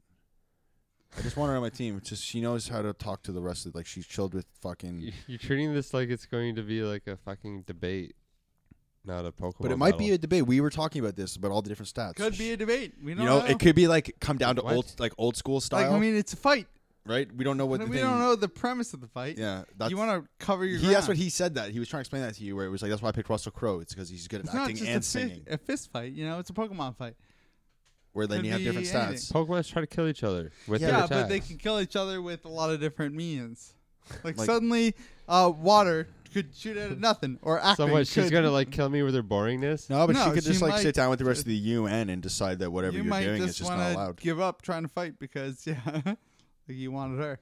Speaker 2: I just want her on my team. It's just she knows how to talk to the rest of like she's chilled with fucking
Speaker 3: You- You're treating this like it's going to be like a fucking debate, not a Pokemon.
Speaker 2: But it might be a debate. We were talking about this about all the different stats.
Speaker 1: Could be a debate. We
Speaker 2: you
Speaker 1: don't
Speaker 2: know, it could be like come down to
Speaker 3: What?
Speaker 2: old like old school
Speaker 1: like
Speaker 2: style,
Speaker 1: I mean, it's a fight.
Speaker 2: right? We don't know what
Speaker 1: we
Speaker 2: the thing,
Speaker 1: don't know the premise of the fight.
Speaker 2: Yeah, that's
Speaker 1: you want to cover your.
Speaker 2: he,
Speaker 1: ground.
Speaker 2: that's what he said that he was trying to explain that to you where it was like that's why I picked Russell Crowe it's because he's good at
Speaker 1: It's not
Speaker 2: acting
Speaker 1: just
Speaker 2: and
Speaker 1: a,
Speaker 2: singing
Speaker 1: fist, a fist fight. You know, it's a Pokemon fight.
Speaker 2: where then
Speaker 1: Could
Speaker 2: you have
Speaker 1: be
Speaker 2: different
Speaker 1: anything.
Speaker 2: stats
Speaker 3: Pokemon try to kill each other with
Speaker 1: Yeah,
Speaker 3: their
Speaker 1: but
Speaker 3: attacks.
Speaker 1: they can kill each other with a lot of different means. Like,
Speaker 2: Like-
Speaker 1: suddenly, uh, water could shoot out of nothing, or acting.
Speaker 3: So what? She's
Speaker 1: could-
Speaker 3: gonna like kill me with her boringness.
Speaker 2: No, but
Speaker 1: No,
Speaker 2: she could
Speaker 1: she
Speaker 2: just like
Speaker 1: might
Speaker 2: sit down with the rest of the UN and decide that whatever
Speaker 1: You
Speaker 2: are
Speaker 1: might
Speaker 2: doing is
Speaker 1: just
Speaker 2: just
Speaker 1: want
Speaker 2: not
Speaker 1: to
Speaker 2: allowed.
Speaker 1: give up trying to fight because yeah, like you wanted her.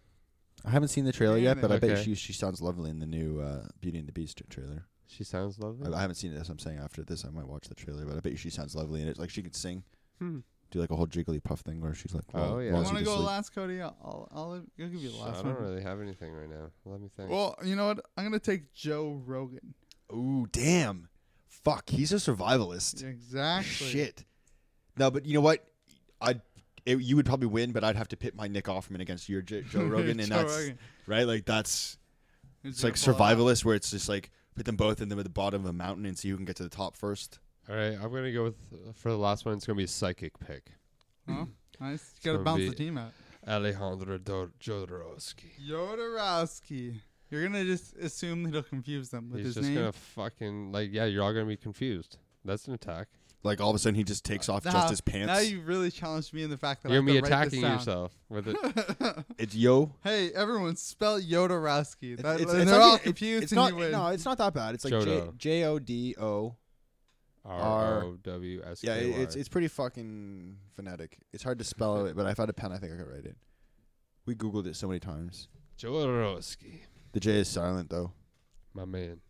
Speaker 2: I haven't seen the trailer yet, but I bet
Speaker 3: Okay.
Speaker 2: she she sounds lovely in the new uh, Beauty and the Beast trailer.
Speaker 3: She sounds lovely.
Speaker 2: I, I haven't seen it, as I'm saying. After this, I might watch the trailer, but I bet you she sounds lovely in it. Like she could sing,
Speaker 3: Hmm.
Speaker 2: do like a whole Jigglypuff thing where she's like,
Speaker 3: Oh,
Speaker 2: while-
Speaker 3: yeah.
Speaker 1: I
Speaker 2: while
Speaker 3: Wants
Speaker 1: want
Speaker 2: she's
Speaker 1: to go
Speaker 2: asleep.
Speaker 1: last, Cody. I'll, I'll, I'll, I'll give you the
Speaker 3: Sh-
Speaker 1: last
Speaker 3: I
Speaker 1: one.
Speaker 3: don't really have anything right now. Let me think.
Speaker 1: Well, you know what? I'm gonna take Joe Rogan.
Speaker 2: Ooh, damn. Fuck, he's a survivalist.
Speaker 1: Exactly.
Speaker 2: Shit. No, but you know what? I it, you would probably win, but I'd have to pit my Nick Offerman against your J- Joe Rogan, and
Speaker 1: Joe
Speaker 2: that's
Speaker 1: Rogan.
Speaker 2: right. Like that's
Speaker 1: He's
Speaker 2: it's like
Speaker 1: gonna blow it up.
Speaker 2: survivalist, where it's just like put them both in the, at the bottom of a mountain and see who can get to the top first.
Speaker 3: All right, I'm gonna go with for the last one. It's gonna be a psychic pick.
Speaker 1: Huh? Nice. You gotta
Speaker 3: gonna
Speaker 1: bounce
Speaker 3: be-
Speaker 1: the team out.
Speaker 3: Alejandro Dor- Jodorowsky.
Speaker 1: Yodorowski. You're gonna just assume that he'll confuse them with
Speaker 3: He's
Speaker 1: his
Speaker 3: just
Speaker 1: name.
Speaker 3: gonna fucking like yeah. You're all gonna be confused. That's an attack.
Speaker 2: Like all of a sudden, he just takes off
Speaker 1: Uh, Now-
Speaker 2: just his pants.
Speaker 1: Now you really challenged me in the fact that
Speaker 3: You're
Speaker 1: I
Speaker 3: me
Speaker 1: have to write this
Speaker 3: attacking
Speaker 1: down.
Speaker 3: yourself with it.
Speaker 2: it's yo.
Speaker 1: Hey, everyone, spell Yodorowski. That,
Speaker 2: it's,
Speaker 1: they're
Speaker 2: it's
Speaker 1: all
Speaker 2: not-
Speaker 1: confused
Speaker 2: It's
Speaker 1: and
Speaker 2: not,
Speaker 1: you win.
Speaker 2: no, it's not that bad. It's like J-
Speaker 3: Jodo.
Speaker 2: J O D O.
Speaker 3: R O W S K
Speaker 2: Yeah,
Speaker 3: Y.
Speaker 2: it, it's it's pretty fucking phonetic. It's hard to spell it, but if I had a pen, I think I could write it. We googled it so many times.
Speaker 3: Jodorowsky,
Speaker 2: The J is silent though.
Speaker 3: my man,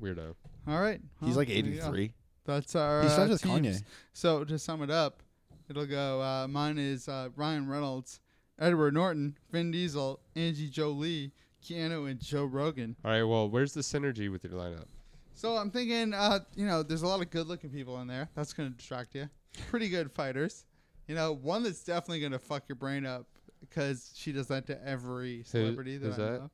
Speaker 3: weirdo.
Speaker 1: All right.
Speaker 2: He's
Speaker 1: Well,
Speaker 2: like
Speaker 1: there you go.
Speaker 2: 83.
Speaker 1: That's our.
Speaker 2: He's friends
Speaker 1: uh,
Speaker 2: with
Speaker 1: teams.
Speaker 2: Kanye.
Speaker 1: So to sum it up, it'll go. Uh, mine is uh, Ryan Reynolds, Edward Norton, Vin Diesel, Angie Jolie, Keanu, and Joe Rogan.
Speaker 3: All right, well, where's the synergy with your lineup?
Speaker 1: So I'm thinking, uh, you know, there's a lot of good-looking people in there. That's gonna distract you. Pretty good fighters. You know, one that's definitely gonna fuck your brain up because she does that to every celebrity that
Speaker 3: who's
Speaker 1: I know.
Speaker 3: that?
Speaker 1: of.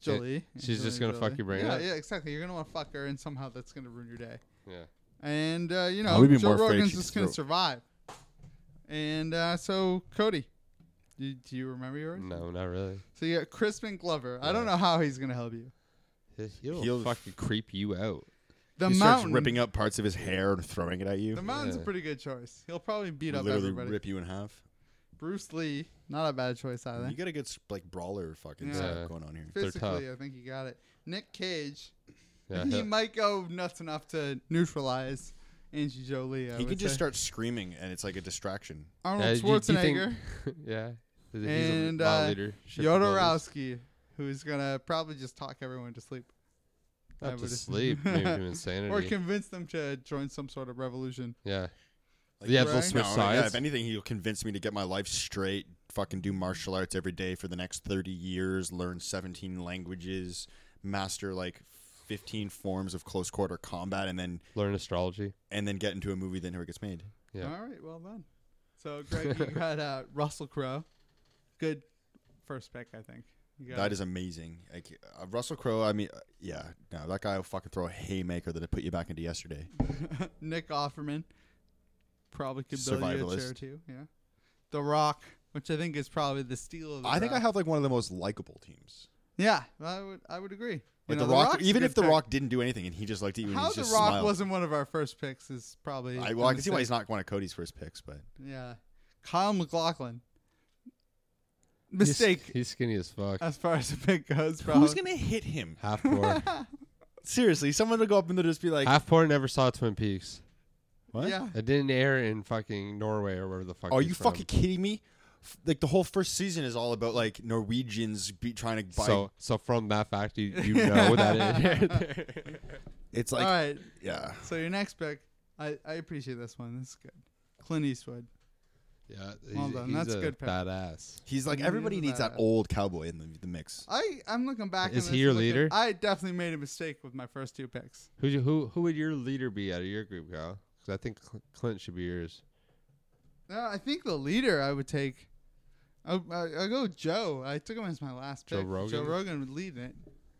Speaker 1: Jolie.
Speaker 3: she's just
Speaker 1: Angelina
Speaker 3: gonna fuck
Speaker 1: Jolie.
Speaker 3: your brain
Speaker 1: yeah,
Speaker 3: up?
Speaker 1: Yeah, exactly. You're gonna want to fuck her, and somehow that's gonna ruin your day.
Speaker 3: Yeah.
Speaker 1: And uh, you
Speaker 2: I
Speaker 1: know,
Speaker 2: would be
Speaker 1: Joe
Speaker 2: more afraid
Speaker 1: Rogan's
Speaker 2: she'd
Speaker 1: just gonna
Speaker 2: throw-
Speaker 1: survive. And uh, so, Cody, do, do you remember yours?
Speaker 3: No, not really.
Speaker 1: So you got Crispin Glover. I don't know how he's gonna help you.
Speaker 3: He- He'll,
Speaker 2: He'll-
Speaker 3: fucking creep you out.
Speaker 1: The
Speaker 2: he starts
Speaker 1: mountain.
Speaker 2: ripping up parts of his hair and throwing it at you.
Speaker 1: the mountain's a
Speaker 3: Yeah.
Speaker 1: pretty good choice. He'll probably beat up
Speaker 2: Literally
Speaker 1: everybody.
Speaker 2: rip you in half.
Speaker 1: Bruce Lee, not a bad choice either.
Speaker 2: You got a good s- like brawler fucking
Speaker 1: Yeah.
Speaker 2: setup going on here.
Speaker 3: they're tough.
Speaker 1: Physically, I think you got it. Nick Cage,
Speaker 3: Yeah.
Speaker 1: he
Speaker 3: he'll-
Speaker 1: might go nuts enough to neutralize Angie Jolie. I
Speaker 2: he
Speaker 1: would
Speaker 2: could just
Speaker 1: say.
Speaker 2: start screaming and it's like a distraction.
Speaker 3: Yeah,
Speaker 1: Arnold
Speaker 3: Uh, do you- do you think-
Speaker 1: Schwarzenegger,
Speaker 3: yeah. He's
Speaker 1: And,
Speaker 3: a
Speaker 1: uh,
Speaker 3: lot leader. ship the buildings.
Speaker 1: Yodorowski, who's gonna probably just talk everyone to sleep. I
Speaker 3: Not to
Speaker 1: would-
Speaker 3: sleep, maybe to insanity.
Speaker 1: or convince them to join some sort of revolution.
Speaker 3: yeah.
Speaker 2: Like,
Speaker 3: yeah,
Speaker 1: right?
Speaker 3: they'll switch
Speaker 2: No, yeah,
Speaker 3: sides.
Speaker 2: if anything, he'll convince me to get my life straight, fucking do martial arts every day for the next 30 years, learn 17 languages, master like 15 forms of close quarter combat, and then
Speaker 3: Learn astrology.
Speaker 2: and then get into a movie that never gets made.
Speaker 3: Yeah.
Speaker 1: All right, well done. So, Greg, you got uh, Russell Crowe. Good first pick, I think. You got
Speaker 2: That is amazing. Like uh, Russell Crowe, I mean, uh, yeah, no, that guy will fucking throw a haymaker that'll put you back into yesterday.
Speaker 1: Nick Offerman. Probably could build you a chair
Speaker 2: Survivalist.
Speaker 1: too. Yeah. The Rock, which I think is probably the steal of the
Speaker 2: I think I
Speaker 1: draft.
Speaker 2: have like one of the most likable teams.
Speaker 1: Yeah, I would I would agree. You
Speaker 2: Like
Speaker 1: know,
Speaker 2: the Rock,
Speaker 1: Rock's a
Speaker 2: even
Speaker 1: good
Speaker 2: if the
Speaker 1: pick.
Speaker 2: Rock didn't do anything and he just looked at you and
Speaker 1: How
Speaker 2: he
Speaker 1: the
Speaker 2: just
Speaker 1: Rock
Speaker 2: smiled.
Speaker 1: wasn't one of our first picks is probably
Speaker 2: I, well, I
Speaker 1: a
Speaker 2: can see why he's
Speaker 1: mistake.
Speaker 2: not one of Cody's first picks, but
Speaker 1: Yeah. Kyle McLaughlin.
Speaker 3: He's-
Speaker 1: Mistake
Speaker 3: He's, skinny as fuck.
Speaker 1: as far as the pick goes, probably.
Speaker 2: who's gonna hit him?
Speaker 3: Half poor.
Speaker 2: Seriously, someone will go up and they'll just be like,
Speaker 3: Half poor never saw Twin Peaks.
Speaker 2: "What?
Speaker 1: Yeah.
Speaker 3: It didn't air in fucking Norway or wherever the fuck.
Speaker 2: Are
Speaker 3: he's
Speaker 2: you
Speaker 3: from.
Speaker 2: fucking kidding me?" F- Like the whole first season is all about like Norwegians be trying to buy.
Speaker 3: So, so from that fact, you, you know that it.
Speaker 2: it's like,
Speaker 1: All right.
Speaker 2: yeah,
Speaker 1: So your next pick, I, I appreciate this one. This is good. Clint Eastwood.
Speaker 3: yeah, he's,
Speaker 1: Well done,
Speaker 3: he's
Speaker 1: that's
Speaker 3: a
Speaker 1: good pick.
Speaker 3: badass.
Speaker 2: he's like
Speaker 1: He's
Speaker 2: everybody
Speaker 1: a
Speaker 2: needs that
Speaker 1: badass.
Speaker 2: old cowboy in the, the mix.
Speaker 1: I I'm looking back.
Speaker 3: Is
Speaker 1: on
Speaker 3: he
Speaker 1: this
Speaker 3: your
Speaker 1: and looking-
Speaker 3: leader?
Speaker 1: I definitely made a mistake with my first two picks.
Speaker 3: Who who who would your leader be out of your group, Kyle? Because I think Cl- Clint should be yours.
Speaker 1: No, I think the leader I would take. I I go Joe. I took him as my last
Speaker 3: Joe
Speaker 1: pick. Joe
Speaker 3: Rogan?
Speaker 1: Rogan would lead it.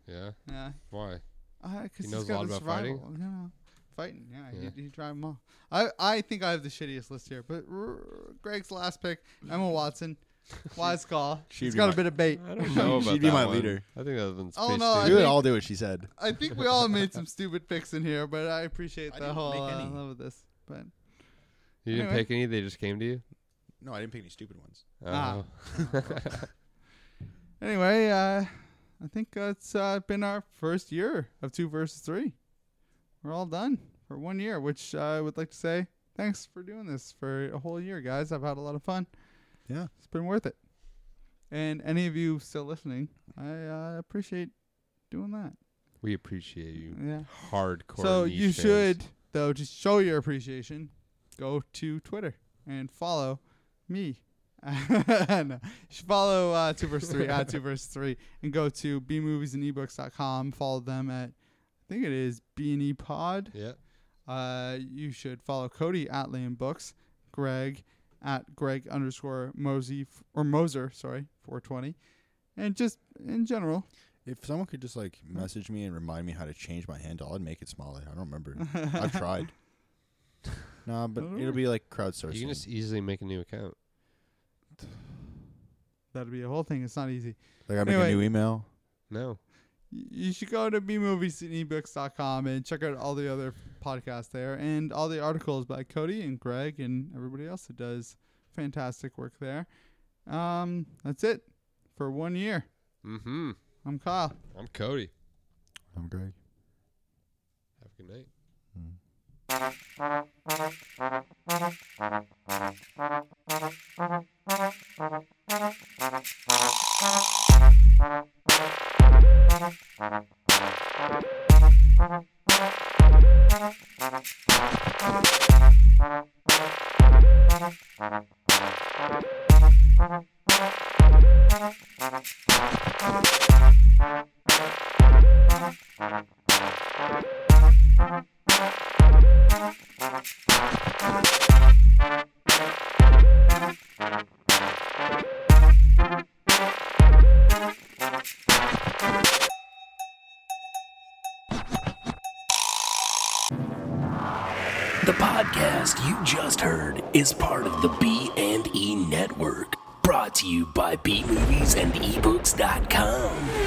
Speaker 3: Yeah.
Speaker 1: Yeah,
Speaker 3: Why?
Speaker 1: because
Speaker 3: He
Speaker 1: he
Speaker 3: knows
Speaker 1: has
Speaker 3: a
Speaker 1: got
Speaker 3: lot
Speaker 1: the
Speaker 3: about
Speaker 1: survival. Fighting? No, fighting. Yeah,
Speaker 3: Yeah.
Speaker 1: He, he drive them all. I I think I have the shittiest list here. But R- Greg's last pick, Emma Watson, wise call.
Speaker 2: She'd
Speaker 1: She's
Speaker 2: be
Speaker 1: got
Speaker 2: my-
Speaker 1: a bit of bait.
Speaker 3: I don't know
Speaker 2: She'd
Speaker 3: about
Speaker 2: be
Speaker 3: that
Speaker 2: my
Speaker 3: one.
Speaker 2: leader.
Speaker 3: I think that one's.
Speaker 1: Oh,
Speaker 3: based
Speaker 1: no,
Speaker 3: in-
Speaker 1: I
Speaker 2: You would
Speaker 1: think-
Speaker 2: all do what she said.
Speaker 1: I think we all made some stupid picks in here, but I appreciate
Speaker 2: I
Speaker 1: the
Speaker 2: didn't
Speaker 1: whole
Speaker 2: make
Speaker 1: uh,
Speaker 2: any.
Speaker 1: love of this. But
Speaker 3: you didn't
Speaker 1: anyway.
Speaker 3: pick any. They just came to you.
Speaker 2: No, I didn't pick any stupid ones.
Speaker 3: Oh.
Speaker 1: Ah. Anyway, uh, I think that's uh, been our first year of two versus three. We're all done for one year, which I would like to say thanks for doing this for a whole year, guys. I've had a lot of fun.
Speaker 2: Yeah.
Speaker 1: It's been worth it. And any of you still listening, I uh, appreciate doing that.
Speaker 3: We appreciate you.
Speaker 1: Yeah.
Speaker 3: Hardcore.
Speaker 1: So
Speaker 3: niche
Speaker 1: you
Speaker 3: fans.
Speaker 1: should though just show your appreciation. Go to Twitter and follow me. no, you should follow uh, two verse three at two verse three and go to bmoviesandebooks.com. Follow them at I think it is B and E Pod.
Speaker 3: Yeah.
Speaker 1: Uh, you should follow Cody at Liam Books, Greg at Greg underscore Mosey f- or Moser, sorry, 420, and just in general.
Speaker 2: If someone could just like message me and remind me how to change my handle, I'd make it smaller. I don't remember. I've tried. Nah, but it'll be like crowdsourcing.
Speaker 3: You can just easily make a new account.
Speaker 1: That'd be a whole thing. It's not easy.
Speaker 2: like I make
Speaker 1: anyway.
Speaker 2: a new email.
Speaker 3: No.
Speaker 1: you should go to bmoviesandebooks.com and check out all the other podcasts there and all the articles by Cody and Greg and everybody else that does fantastic work there. Um, that's it for one year.
Speaker 3: Mm-hmm.
Speaker 1: I'm Kyle.
Speaker 3: I'm Cody.
Speaker 2: I'm Greg.
Speaker 3: Have a good night.
Speaker 6: The podcast you just heard is part of the E E B&E network, brought to you by bmoviesandebooks.com.